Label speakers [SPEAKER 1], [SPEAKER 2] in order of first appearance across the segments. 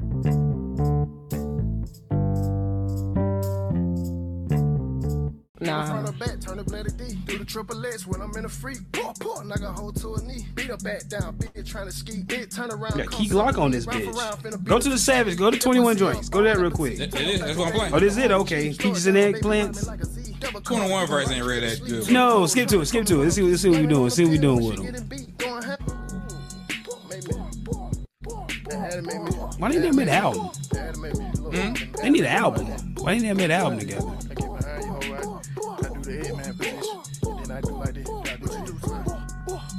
[SPEAKER 1] Nah.
[SPEAKER 2] Uh-huh.
[SPEAKER 3] Front or back, turn the bladder D. Do the triple X when I'm in a freak. Poor, poor, knock a hole to a knee. Beat her back down, bitch, trying to ski. Bitch, turn around.
[SPEAKER 2] Got
[SPEAKER 3] come
[SPEAKER 2] Key Glock
[SPEAKER 3] suck
[SPEAKER 2] on
[SPEAKER 3] me.
[SPEAKER 2] this
[SPEAKER 3] Wrap
[SPEAKER 2] bitch.
[SPEAKER 3] around, finna
[SPEAKER 2] Go
[SPEAKER 3] beat
[SPEAKER 2] to
[SPEAKER 3] her.
[SPEAKER 2] the Savage. Go to 21 Joints. Go to that real quick.
[SPEAKER 4] That, that is, that's what I'm playing.
[SPEAKER 2] Oh, this is it? Okay. Peaches and eggplants.
[SPEAKER 4] 21 verse ain't read that good.
[SPEAKER 2] No, skip to it. Skip to it. Let's see, let's see what we doing. See what we doing with them. Why didn't they make an album?
[SPEAKER 4] Hmm?
[SPEAKER 2] They need an album. Why didn't they make an album together?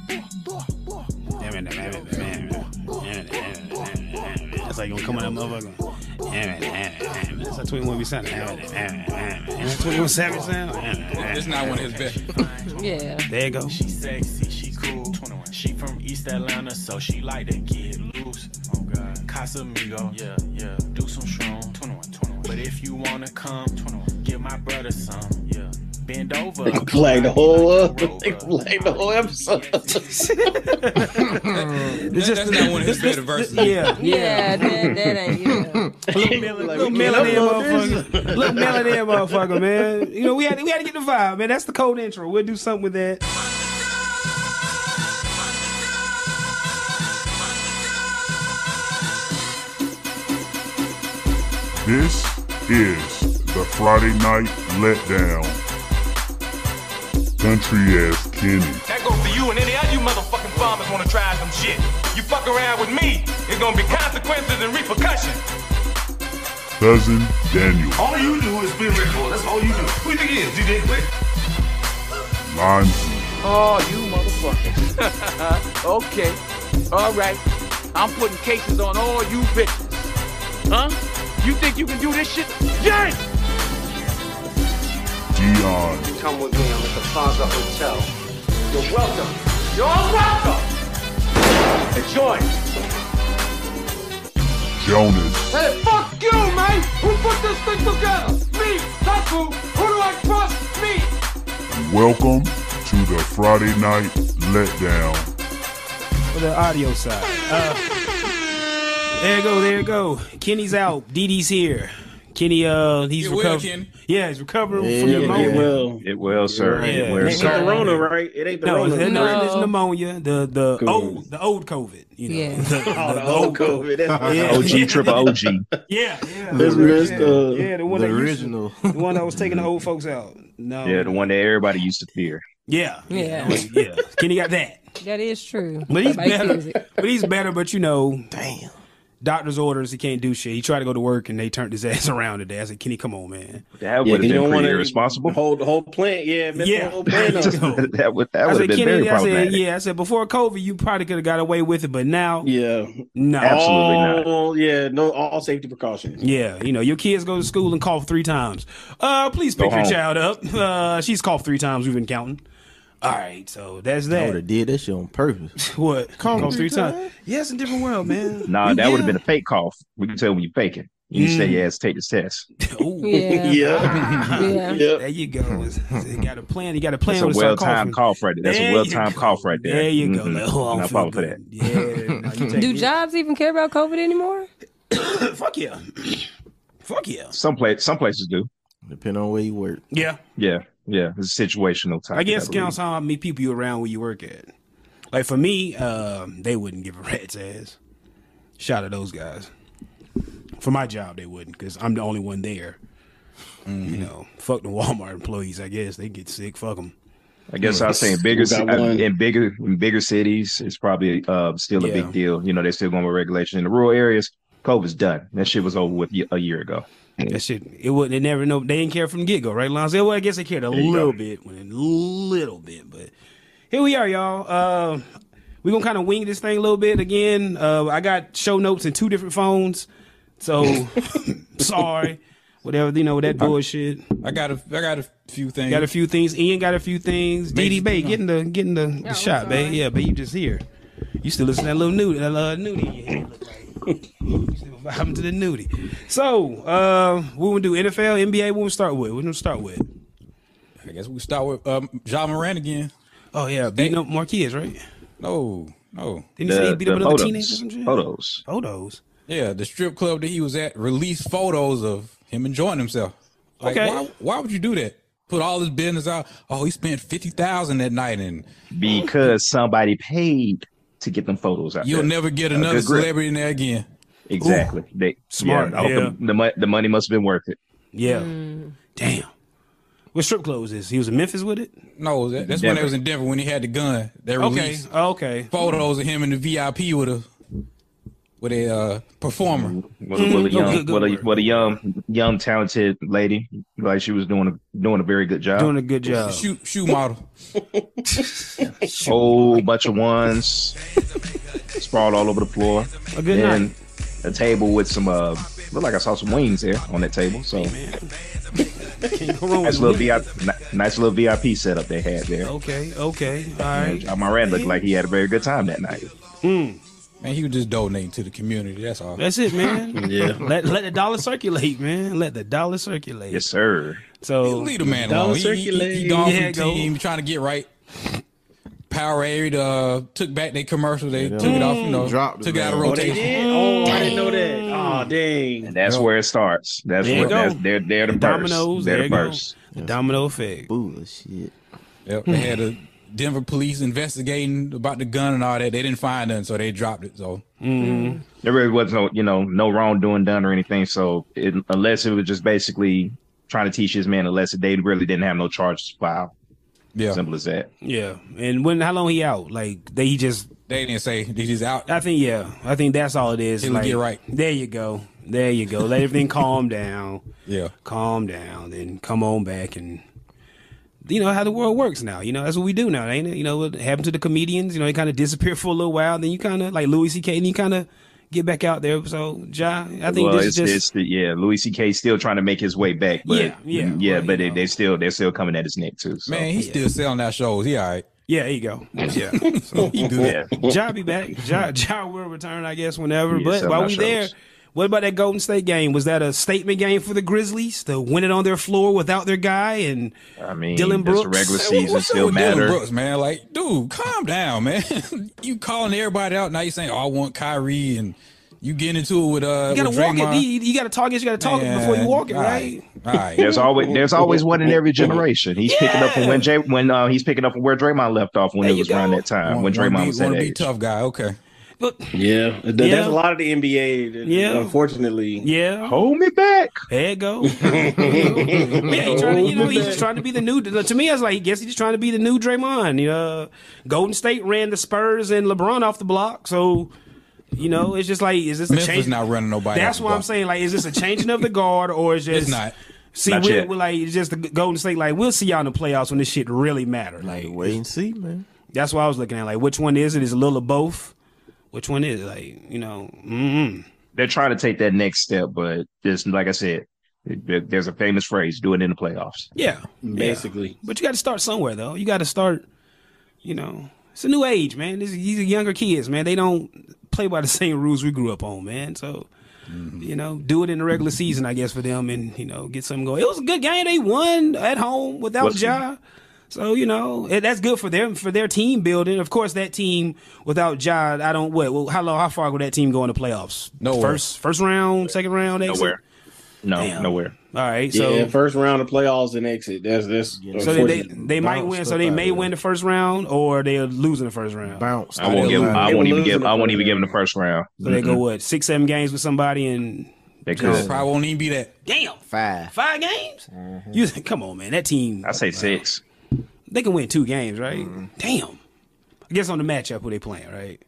[SPEAKER 2] Damn it, damn it, damn it, damn it, damn it, damn it. That's like gonna come out of that motherfucker. Damn it, damn it, damn it. That's like 21 be sounding. Damn it, damn it, damn it. That's 21 Savage sound. Damn it, damn
[SPEAKER 4] It's
[SPEAKER 2] it.
[SPEAKER 4] not one of his best.
[SPEAKER 1] Yeah.
[SPEAKER 2] There you go.
[SPEAKER 5] She sexy, she cool. 21. She from East Atlanta, so she like to get loose. Oh God. Casamigo. Yeah, yeah. Do some shroom. 21, 21. But if you wanna come, 21. Give my brother some. Yeah. Bend over.
[SPEAKER 6] They played the whole up. They played the whole episode.
[SPEAKER 2] It's
[SPEAKER 4] that's not one of his better verses.
[SPEAKER 2] Yeah.
[SPEAKER 1] Yeah, that, that ain't yeah.
[SPEAKER 2] Little melody, motherfucker. Little melody, motherfucker, man. You know, we had, we had to get the vibe, man. That's the code intro. We'll do something with that.
[SPEAKER 7] This is the Friday Night Letdown. Country ass Kenny.
[SPEAKER 8] That goes for you and any of you motherfucking farmers wanna try some shit. You fuck around with me, it's gonna be consequences and repercussions.
[SPEAKER 7] Cousin Daniel.
[SPEAKER 8] All you do is be ritual, that's all you do. Who you think it is, DJ Quick?
[SPEAKER 7] Lindsay.
[SPEAKER 9] Oh, you motherfuckers. okay. All right. I'm putting cases on all you bitches. Huh? You think you can do this shit? Yes!
[SPEAKER 7] Dion.
[SPEAKER 10] Come with me, I'm at the Plaza Hotel.
[SPEAKER 9] You're welcome. You're welcome! Enjoy.
[SPEAKER 7] Jonas.
[SPEAKER 9] Hey, fuck you, man! Who put this thing together? Me! That's who! Who do I trust? Me!
[SPEAKER 7] Welcome to the Friday Night Letdown.
[SPEAKER 2] for the audio side. Uh, there you go, there you go. Kenny's out. DD's here. Kenny, uh, he's
[SPEAKER 4] Get well,
[SPEAKER 2] recovering.
[SPEAKER 4] Kenny.
[SPEAKER 2] Yeah, he's recovering
[SPEAKER 6] Yeah,
[SPEAKER 2] from pneumonia.
[SPEAKER 6] it will.
[SPEAKER 10] It will, sir.
[SPEAKER 2] Yeah.
[SPEAKER 10] It
[SPEAKER 6] It
[SPEAKER 10] will,
[SPEAKER 6] ain't
[SPEAKER 10] sir.
[SPEAKER 6] the Rona, right? It ain't the
[SPEAKER 2] No,
[SPEAKER 6] Rona.
[SPEAKER 2] it's, no,
[SPEAKER 1] No.
[SPEAKER 2] it's pneumonia. The the
[SPEAKER 6] Good.
[SPEAKER 2] old the old COVID. You know,
[SPEAKER 1] Yeah.
[SPEAKER 2] the,
[SPEAKER 6] Oh, the old COVID. That's
[SPEAKER 2] Yeah.
[SPEAKER 10] OG triple OG.
[SPEAKER 2] Yeah, yeah.
[SPEAKER 6] This
[SPEAKER 2] yeah.
[SPEAKER 6] missed, uh,
[SPEAKER 2] yeah, the one
[SPEAKER 3] The
[SPEAKER 2] that used to-
[SPEAKER 3] original.
[SPEAKER 2] the one that was taking the old folks out. No,
[SPEAKER 10] Yeah, the one that everybody used to fear.
[SPEAKER 2] yeah,
[SPEAKER 1] Yeah.
[SPEAKER 2] yeah. yeah. Kenny got that.
[SPEAKER 1] That is true.
[SPEAKER 2] But he's
[SPEAKER 1] Nobody
[SPEAKER 2] better.
[SPEAKER 1] sees it.
[SPEAKER 2] But he's better. But you know, damn. Doctor's orders. He can't do shit. He tried to go to work and they turned his ass around today. I said, Kenny, come on, man.
[SPEAKER 10] That
[SPEAKER 6] Yeah, 'cause
[SPEAKER 10] would
[SPEAKER 6] you
[SPEAKER 10] have
[SPEAKER 6] don't
[SPEAKER 10] been
[SPEAKER 6] want
[SPEAKER 10] pretty
[SPEAKER 6] to
[SPEAKER 10] irresponsible.
[SPEAKER 6] Hold the whole plant. Yeah, mess
[SPEAKER 2] Yeah.
[SPEAKER 6] the whole plant up.
[SPEAKER 10] that would that
[SPEAKER 2] I
[SPEAKER 10] would have
[SPEAKER 2] said,
[SPEAKER 10] been
[SPEAKER 2] Kenny,
[SPEAKER 10] very
[SPEAKER 2] I said,
[SPEAKER 10] problematic.
[SPEAKER 2] yeah. I said before COVID, you probably could have got away with it, but now,
[SPEAKER 6] Yeah.
[SPEAKER 2] no.
[SPEAKER 10] Absolutely. not.
[SPEAKER 6] all, Yeah, no, all safety precautions.
[SPEAKER 2] Yeah, you know, your kids go to school and cough three times. Uh, please pick your
[SPEAKER 10] home.
[SPEAKER 2] child up. Uh, she's coughed three times. We've been counting. All right, so that's
[SPEAKER 3] I
[SPEAKER 2] that.
[SPEAKER 3] would have did that shit on purpose.
[SPEAKER 2] What?
[SPEAKER 3] Cough
[SPEAKER 2] Cough
[SPEAKER 3] three
[SPEAKER 2] three times? Yes, a different world, man.
[SPEAKER 10] Nah, that would have
[SPEAKER 2] Yeah.
[SPEAKER 10] been a fake cough. We can tell when you're faking. You
[SPEAKER 2] Mm.
[SPEAKER 10] say yes, take this test.
[SPEAKER 2] Ooh,
[SPEAKER 1] Yeah.
[SPEAKER 6] Yeah.
[SPEAKER 1] Yeah.
[SPEAKER 2] There you go. It's- it's- You got a plan. You got a plan.
[SPEAKER 10] Hmm. That's a
[SPEAKER 2] when to start
[SPEAKER 10] well timed
[SPEAKER 2] coughing.
[SPEAKER 10] cough right there. That's
[SPEAKER 2] There
[SPEAKER 10] a
[SPEAKER 2] you
[SPEAKER 10] well timed
[SPEAKER 2] go.
[SPEAKER 10] cough right there.
[SPEAKER 2] There you go.
[SPEAKER 10] Mhm.
[SPEAKER 2] Like, oh, I'm
[SPEAKER 10] And I
[SPEAKER 2] feeling
[SPEAKER 10] fall for
[SPEAKER 2] good.
[SPEAKER 10] that.
[SPEAKER 2] Yeah. Now you take
[SPEAKER 1] Do
[SPEAKER 2] it.
[SPEAKER 1] jobs even care about COVID anymore?
[SPEAKER 2] Fuck yeah. Fuck yeah.
[SPEAKER 10] Some place, some places do.
[SPEAKER 3] Depending on where you work.
[SPEAKER 2] Yeah.
[SPEAKER 10] Yeah, yeah. It's a situational type.
[SPEAKER 2] I guess it
[SPEAKER 10] believe.
[SPEAKER 2] counts how many people you around where you work at. Like for me, um, they wouldn't give a rat's ass. Shout out those guys. For my job, they wouldn't because I'm the only one there.
[SPEAKER 10] Mm-hmm.
[SPEAKER 2] You know, fuck the Walmart employees. I guess they get sick. Fuck them.
[SPEAKER 10] I guess I was saying bigger
[SPEAKER 6] We got
[SPEAKER 10] I-
[SPEAKER 6] one.
[SPEAKER 10] in bigger in bigger cities, it's probably uh, still a
[SPEAKER 2] Yeah.
[SPEAKER 10] big deal. You know, they're still going with regulation in the rural areas. COVID's done. That shit was over with ye- a year ago.
[SPEAKER 2] That shit. It would. They never know. They didn't care from the get go, right? Lonzo. Well, I guess they cared a
[SPEAKER 10] you go.
[SPEAKER 2] little bit when a little bit, but here we are, y'all. Uh, we gonna kind of wing this thing a little bit again. Uh, I got show notes in two different phones, so sorry. Whatever you know, that bullshit.
[SPEAKER 4] I got a, I got a few things.
[SPEAKER 2] Got a few things. Ian got a few things. DD
[SPEAKER 4] Major-
[SPEAKER 2] Bay getting the getting the, the
[SPEAKER 1] I'm
[SPEAKER 2] shot, babe.
[SPEAKER 1] sorry.
[SPEAKER 2] Yeah, but you just here. You still listen to that little nudie, that little nudie in your head look like. You still vibing to the nudie. So, uh, we gonna do NFL, NBA. What we start with? What we gonna start with?
[SPEAKER 4] I guess we start with um, Ja Moran again.
[SPEAKER 2] Oh yeah, beating up more kids, right?
[SPEAKER 4] No, no.
[SPEAKER 2] Didn't he say he
[SPEAKER 10] The,
[SPEAKER 2] beat
[SPEAKER 10] the
[SPEAKER 2] up another teenager? or
[SPEAKER 10] photos,
[SPEAKER 2] some shit?
[SPEAKER 10] photos.
[SPEAKER 2] Photos.
[SPEAKER 4] Yeah, the strip club that he was at released photos of him enjoying himself. Like,
[SPEAKER 10] Okay.
[SPEAKER 4] why, why would you do that? Put all his business out. Oh, he spent fifty thousand that night, and
[SPEAKER 10] because somebody paid to get them photos out.
[SPEAKER 4] you'll
[SPEAKER 10] there.
[SPEAKER 4] never get
[SPEAKER 10] A
[SPEAKER 4] another
[SPEAKER 10] good grip.
[SPEAKER 4] celebrity in there again.
[SPEAKER 10] Exactly. They
[SPEAKER 2] Smart,
[SPEAKER 10] Yeah, I hope
[SPEAKER 2] yeah.
[SPEAKER 10] The, the, mon- the money must have been worth it.
[SPEAKER 2] Yeah. Damn. What strip club was this? He was in Memphis with it?
[SPEAKER 4] No, that, that's when
[SPEAKER 10] Denver.
[SPEAKER 4] they was in Denver when he had the gun. They
[SPEAKER 2] Okay.
[SPEAKER 4] released
[SPEAKER 2] Okay.
[SPEAKER 4] photos of him in the VIP with a with a uh, performer.
[SPEAKER 10] What a, what a
[SPEAKER 2] Mm,
[SPEAKER 10] young,
[SPEAKER 2] good- good
[SPEAKER 10] what a
[SPEAKER 2] work.
[SPEAKER 10] what a young, young talented lady. Like she was doing a doing a very good job.
[SPEAKER 2] Doing a good job.
[SPEAKER 4] Shoe shoe model.
[SPEAKER 10] whole bunch of ones sprawled all over the floor.
[SPEAKER 2] A good
[SPEAKER 10] Then
[SPEAKER 2] night.
[SPEAKER 10] a table with some uh look like I saw some wings there on that table. So
[SPEAKER 2] Can't go wrong
[SPEAKER 10] nice
[SPEAKER 2] with
[SPEAKER 10] little
[SPEAKER 2] it.
[SPEAKER 10] VIP ni- nice little VIP setup they had there.
[SPEAKER 2] Okay. Okay. All
[SPEAKER 10] And
[SPEAKER 2] right.
[SPEAKER 10] John Moran looked like he had a very good time that night.
[SPEAKER 4] Man, he was just donating to the community. That's all.
[SPEAKER 2] That's it, man.
[SPEAKER 10] Yeah.
[SPEAKER 2] let let the dollar circulate, man. Let the dollar circulate.
[SPEAKER 10] Yes, sir.
[SPEAKER 2] So
[SPEAKER 4] Leave the man
[SPEAKER 2] Dollar
[SPEAKER 4] alone. He, he, he,
[SPEAKER 2] circulate.
[SPEAKER 4] gone
[SPEAKER 2] Yeah,
[SPEAKER 4] from
[SPEAKER 2] go.
[SPEAKER 4] team trying to get right. Powerade uh, took back their commercial. They took it off. You know,
[SPEAKER 11] Dropped it,
[SPEAKER 4] took it out of
[SPEAKER 11] man.
[SPEAKER 6] Oh, they
[SPEAKER 4] rotation.
[SPEAKER 6] did? Oh, I didn't know
[SPEAKER 2] Mm.
[SPEAKER 6] that. Oh, dang.
[SPEAKER 10] And that's where it starts. That's
[SPEAKER 2] There you
[SPEAKER 10] where
[SPEAKER 2] go.
[SPEAKER 10] that's, they're they're the,
[SPEAKER 2] the
[SPEAKER 10] first.
[SPEAKER 2] dominoes. There
[SPEAKER 10] They're the
[SPEAKER 2] you go.
[SPEAKER 10] first.
[SPEAKER 2] The domino effect.
[SPEAKER 11] Bullshit.
[SPEAKER 4] Yep, they had a Denver police investigating about the gun and all that. They didn't find nothing, so they dropped it. So
[SPEAKER 10] There really was no you know no wrongdoing done or anything. So it, unless it was just basically trying to teach his man a lesson, they really didn't have no charges filed.
[SPEAKER 4] yeah,
[SPEAKER 10] Simple as that.
[SPEAKER 2] Yeah. And when how long he out? Like they he just
[SPEAKER 4] they didn't say they just out.
[SPEAKER 2] I think yeah. I think that's all it is.
[SPEAKER 4] Till we
[SPEAKER 2] Like,
[SPEAKER 4] get right.
[SPEAKER 2] There you go. There you go. Let everything calm down.
[SPEAKER 4] Yeah,
[SPEAKER 2] Calm down. Then come on back and you know how the world works now. You know that's what we do now, ain't it? You know what happened to the comedians? You know they kind of disappear for a little while. Then you kind of like Louis C.K. and you kind of get back out there. So Ja, I think
[SPEAKER 10] well,
[SPEAKER 2] this
[SPEAKER 10] it's,
[SPEAKER 2] is just
[SPEAKER 10] it's the, yeah. Louis C.K. still trying to make his way back, but mm,
[SPEAKER 2] Yeah, yeah, well,
[SPEAKER 10] but
[SPEAKER 2] you
[SPEAKER 10] they,
[SPEAKER 2] know.
[SPEAKER 10] they still they're still coming at his neck too. So.
[SPEAKER 4] man, he's still selling out shows. He all right.
[SPEAKER 2] yeah. There you go. Yeah.
[SPEAKER 4] He do
[SPEAKER 10] yeah,
[SPEAKER 4] that.
[SPEAKER 2] Ja be back. Ja, ja will return, I guess, whenever.
[SPEAKER 10] Yeah,
[SPEAKER 2] but
[SPEAKER 10] seven
[SPEAKER 2] while
[SPEAKER 10] out
[SPEAKER 2] we
[SPEAKER 10] shows.
[SPEAKER 2] there, what about that Golden State game? Was that a statement game for the Grizzlies to win it on their floor without their guy? And
[SPEAKER 10] I mean,
[SPEAKER 2] Dylan Brooks.
[SPEAKER 10] does the regular
[SPEAKER 2] Hey,
[SPEAKER 10] season
[SPEAKER 4] What's up
[SPEAKER 10] still
[SPEAKER 4] with Dylan
[SPEAKER 10] matter?
[SPEAKER 4] Brooks, man? Like, dude, calm down, man. you calling everybody out now? You saying, "Oh, I want Kyrie," and you getting into it with uh,
[SPEAKER 2] you gotta
[SPEAKER 4] with
[SPEAKER 2] walk it.
[SPEAKER 4] Draymond.
[SPEAKER 2] You, you gotta talk it. You gotta talk it before you walk it,
[SPEAKER 4] all
[SPEAKER 2] right?
[SPEAKER 4] All right.
[SPEAKER 10] There's always there's always one in every generation. He's picking up from when Jay when uh, he's picking up from where Draymond left off when
[SPEAKER 2] There
[SPEAKER 10] it
[SPEAKER 2] you
[SPEAKER 10] was around
[SPEAKER 2] go.
[SPEAKER 10] that
[SPEAKER 4] Wanna-
[SPEAKER 10] time
[SPEAKER 4] wanna
[SPEAKER 10] when Draymond
[SPEAKER 4] be-
[SPEAKER 10] was that
[SPEAKER 4] wanna be
[SPEAKER 10] age.
[SPEAKER 4] tough guy. Okay.
[SPEAKER 2] But
[SPEAKER 6] Yeah. Th-
[SPEAKER 2] Yeah.
[SPEAKER 6] That's a lot of the NBA. that-
[SPEAKER 2] Yeah.
[SPEAKER 6] Unfortunately.
[SPEAKER 2] yeah,
[SPEAKER 10] Hold me back.
[SPEAKER 2] there it go. yeah, he's trying to, you know,
[SPEAKER 11] Oh,
[SPEAKER 2] he's just trying to be the new. To me, I was like, I guess he's just trying to be the new Draymond. You know, Golden State ran the Spurs and LeBron off the block, so. You know, it's just like is this a
[SPEAKER 4] Memphis
[SPEAKER 2] change?
[SPEAKER 4] not running nobody.
[SPEAKER 2] That's
[SPEAKER 4] off the
[SPEAKER 2] what I'm
[SPEAKER 4] block.
[SPEAKER 2] saying. Like, is this a changing of the guard or is just
[SPEAKER 4] It's not.
[SPEAKER 2] See,
[SPEAKER 10] Not
[SPEAKER 2] we're,
[SPEAKER 10] yet.
[SPEAKER 2] we're like it's just the Golden State. Like, we'll see y'all in the playoffs when this shit really matter. Like,
[SPEAKER 11] Wait and see, man.
[SPEAKER 2] that's what I was looking at. Like, which one is it? Is it a little of both? Which one is it? like you know? mm-hmm. Mm-mm.
[SPEAKER 10] They're trying to take that next step, but just like I said, there- there's a famous phrase: "Do it in the playoffs."
[SPEAKER 2] Yeah,
[SPEAKER 6] Basically.
[SPEAKER 2] But you got to start somewhere, though. You got to start. You know, it's a new age, man. This, these are younger kids, man. They don't play by the same rules we grew up on, man. So. You know, do it in the regular season, I guess, for them, and you know, get something going. It was a good game; they won at home without
[SPEAKER 10] What's-
[SPEAKER 2] Ja. So you know and that's good for them for their team building. Of course, that team without Ja, I don't what. Well, how long? How far would that team go in the playoffs?
[SPEAKER 4] Nowhere.
[SPEAKER 2] First, first round, second round, exit?
[SPEAKER 10] Nowhere, no,
[SPEAKER 2] Damn.
[SPEAKER 10] nowhere.
[SPEAKER 2] All right,
[SPEAKER 6] Yeah,
[SPEAKER 2] so
[SPEAKER 6] first round of playoffs and exit. That's
[SPEAKER 2] so
[SPEAKER 6] that's
[SPEAKER 2] they they,
[SPEAKER 6] unfortunate.
[SPEAKER 2] they might
[SPEAKER 11] Bounce
[SPEAKER 2] win. So
[SPEAKER 11] stuff
[SPEAKER 2] they
[SPEAKER 11] out
[SPEAKER 2] may
[SPEAKER 11] of
[SPEAKER 2] win
[SPEAKER 11] there.
[SPEAKER 2] the first round, or they're losing the first round.
[SPEAKER 11] Bounce.
[SPEAKER 10] I won't give.
[SPEAKER 11] They
[SPEAKER 10] I
[SPEAKER 6] They
[SPEAKER 10] won't
[SPEAKER 6] were
[SPEAKER 10] even give.
[SPEAKER 6] losing
[SPEAKER 10] I won't
[SPEAKER 6] the
[SPEAKER 10] even
[SPEAKER 6] first
[SPEAKER 10] give him the first round.
[SPEAKER 2] So they go what six, seven games with somebody, and
[SPEAKER 10] They
[SPEAKER 4] It
[SPEAKER 10] could.
[SPEAKER 4] probably won't even be that.
[SPEAKER 2] damn,
[SPEAKER 11] Five. Mm-hmm.
[SPEAKER 2] five games. You come on, man, that team
[SPEAKER 10] I say six.
[SPEAKER 2] they can win two games, right? Damn. I guess on the matchup who they playing, right?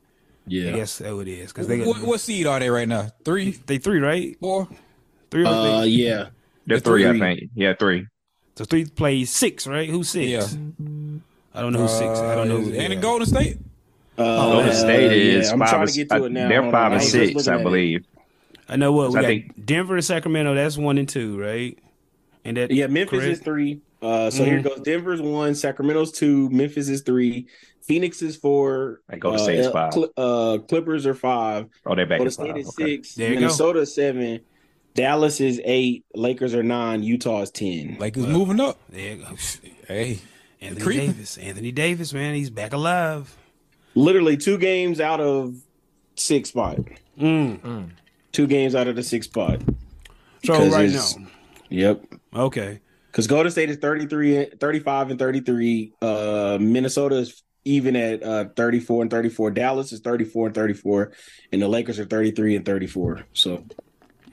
[SPEAKER 6] yeah.
[SPEAKER 2] I guess that's what it is because they
[SPEAKER 4] What, what seed are they right now? Three,
[SPEAKER 2] they three right,
[SPEAKER 4] four.
[SPEAKER 2] three. or
[SPEAKER 6] Uh,
[SPEAKER 2] they,
[SPEAKER 6] yeah.
[SPEAKER 10] They're
[SPEAKER 4] The
[SPEAKER 10] three, I
[SPEAKER 4] three.
[SPEAKER 10] think. Yeah, three.
[SPEAKER 2] so three plays six, right? Who's six?
[SPEAKER 4] Yeah.
[SPEAKER 2] I don't know who's six. I don't know. Who,
[SPEAKER 4] And the
[SPEAKER 2] yeah.
[SPEAKER 4] Golden State.
[SPEAKER 6] Uh,
[SPEAKER 10] Golden State is
[SPEAKER 6] yeah, I'm
[SPEAKER 10] five.
[SPEAKER 6] trying
[SPEAKER 10] and
[SPEAKER 6] to
[SPEAKER 10] s-
[SPEAKER 6] get to it now.
[SPEAKER 10] They're
[SPEAKER 6] Hold
[SPEAKER 10] five
[SPEAKER 6] on.
[SPEAKER 10] and
[SPEAKER 6] was just
[SPEAKER 10] six,
[SPEAKER 6] looking
[SPEAKER 10] I
[SPEAKER 6] at it.
[SPEAKER 10] believe.
[SPEAKER 2] I know what we
[SPEAKER 10] I
[SPEAKER 2] got.
[SPEAKER 10] think-
[SPEAKER 2] Denver and Sacramento. That's one and two, right? And that
[SPEAKER 6] Yeah, Memphis
[SPEAKER 2] correct?
[SPEAKER 6] is three. Uh, so
[SPEAKER 2] Mm-hmm.
[SPEAKER 6] here goes Denver's one, Sacramento's two, Memphis is three, Phoenix is four,
[SPEAKER 10] And Golden
[SPEAKER 6] uh,
[SPEAKER 10] State is
[SPEAKER 6] L-
[SPEAKER 10] five.
[SPEAKER 6] Cl- uh, Clippers are five,
[SPEAKER 10] Oh, they're back
[SPEAKER 6] Golden
[SPEAKER 10] in
[SPEAKER 6] State
[SPEAKER 10] five.
[SPEAKER 6] is
[SPEAKER 10] Okay.
[SPEAKER 6] six,
[SPEAKER 2] There you go.
[SPEAKER 6] Minnesota is seven, Dallas is eight, Lakers are nine, Utah is ten.
[SPEAKER 4] Lakers moving up.
[SPEAKER 2] There you go.
[SPEAKER 4] Hey,
[SPEAKER 2] Anthony
[SPEAKER 4] Creeping.
[SPEAKER 2] Davis. Anthony Davis, man, he's back alive.
[SPEAKER 6] Mm. Literally two games out of six spot. Two games out of the six spot.
[SPEAKER 2] So
[SPEAKER 6] 'Cause
[SPEAKER 2] right
[SPEAKER 6] it's-
[SPEAKER 2] now,
[SPEAKER 6] Yep.
[SPEAKER 2] okay.
[SPEAKER 6] Because Golden State is 33, 35 and 33. Uh, Minnesota is even at uh, 34 and 34. Dallas is 34 and 34. And the Lakers are 33 and 34. So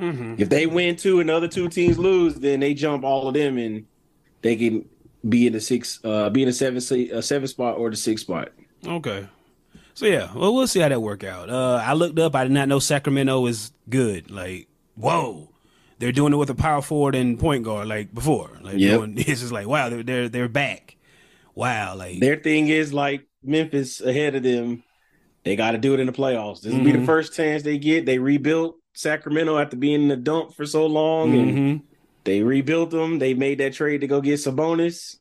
[SPEAKER 6] if they win two and the other two teams lose, then they jump all of them and they can be in the six, uh, be in the seven, se- uh, seven spot or the six spot.
[SPEAKER 2] Okay. So yeah, well we'll see how that work out. Uh, I looked up. I did not know Sacramento is good. Like whoa, they're doing it with a power forward and point guard like before. Like
[SPEAKER 6] Yep.
[SPEAKER 2] doing, it's just like wow, they're they're they're back. Wow, like
[SPEAKER 6] Their thing is like Memphis ahead of them. They got to do it in the playoffs. This will be
[SPEAKER 2] Mhm.
[SPEAKER 6] the first chance they get. They rebuilt Sacramento after being in the dump for so long, and
[SPEAKER 2] Mhm.
[SPEAKER 6] they rebuilt them. They made that trade to go get Sabonis. Uh,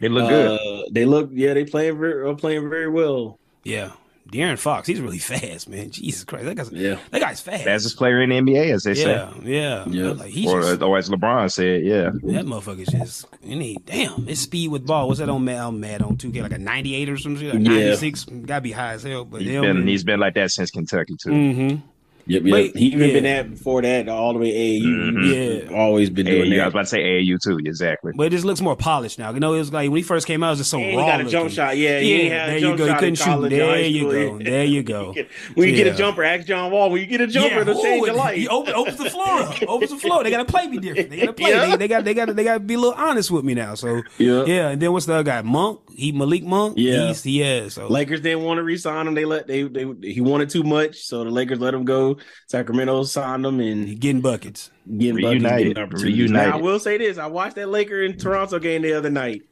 [SPEAKER 10] They
[SPEAKER 2] look good.
[SPEAKER 6] They look, yeah, they playing very, are playing very well.
[SPEAKER 2] yeah, De'Aaron Fox, he's really fast, man. Jesus Christ, that guy's
[SPEAKER 6] yeah,
[SPEAKER 2] that guy's fast.
[SPEAKER 10] fastest player in the NBA, as they
[SPEAKER 2] yeah,
[SPEAKER 10] say.
[SPEAKER 2] yeah, Like he
[SPEAKER 10] or
[SPEAKER 2] just,
[SPEAKER 10] otherwise, LeBron said, "Yeah,
[SPEAKER 2] that motherfucker's just and he damn his speed with ball. What's that on Mad on Mad on two K like a ninety eight or some shit, like
[SPEAKER 10] Yeah.
[SPEAKER 2] ninety six? Gotta be high as hell, but
[SPEAKER 10] he's
[SPEAKER 2] they don't
[SPEAKER 10] been
[SPEAKER 2] even-
[SPEAKER 10] he's been like that since Kentucky too."
[SPEAKER 6] Mm.
[SPEAKER 2] Mhm.
[SPEAKER 6] Yep,
[SPEAKER 10] yep.
[SPEAKER 6] He even
[SPEAKER 10] Yeah.
[SPEAKER 6] been at before that all the way AAU.
[SPEAKER 2] Mhm.
[SPEAKER 6] Yeah, always been doing
[SPEAKER 10] AAU, I
[SPEAKER 6] that.
[SPEAKER 10] was about to say AAU too. Exactly.
[SPEAKER 2] But it just looks more polished now. You know, it was like when he first came out, it was just so
[SPEAKER 6] And he
[SPEAKER 2] raw.
[SPEAKER 6] got a jump
[SPEAKER 2] looking.
[SPEAKER 6] shot. Yeah, he ain't had a
[SPEAKER 2] there you
[SPEAKER 6] jump
[SPEAKER 2] go. He
[SPEAKER 6] shot
[SPEAKER 2] couldn't
[SPEAKER 6] in
[SPEAKER 2] shoot.
[SPEAKER 6] college,
[SPEAKER 2] There
[SPEAKER 6] high
[SPEAKER 2] you go.
[SPEAKER 6] school.
[SPEAKER 2] There you go.
[SPEAKER 6] When you get
[SPEAKER 2] Yeah.
[SPEAKER 6] a jumper, ask John Wall. When you get a jumper, it'll
[SPEAKER 2] whoa,
[SPEAKER 6] change your
[SPEAKER 2] and
[SPEAKER 6] life.
[SPEAKER 2] He open, opens the floor up. Opens the floor. They gotta play me different. They gotta play.
[SPEAKER 6] Yeah.
[SPEAKER 2] They, they got. They got. They got to be a little honest with me now. So
[SPEAKER 10] Uh,
[SPEAKER 6] Yeah.
[SPEAKER 2] yeah. And then what's the other guy? Monk. He Malik Monk.
[SPEAKER 6] Yeah.
[SPEAKER 2] He's, he is. So
[SPEAKER 6] Lakers didn't want to re-sign him. They let they, they he wanted too much, so the Lakers let him go. Sacramento signed him and
[SPEAKER 2] getting buckets,
[SPEAKER 6] getting buckets,
[SPEAKER 10] Reunited.
[SPEAKER 6] getting opportunities.
[SPEAKER 10] Reunited.
[SPEAKER 6] Now, I will say this: I watched that Laker and Toronto game the other night.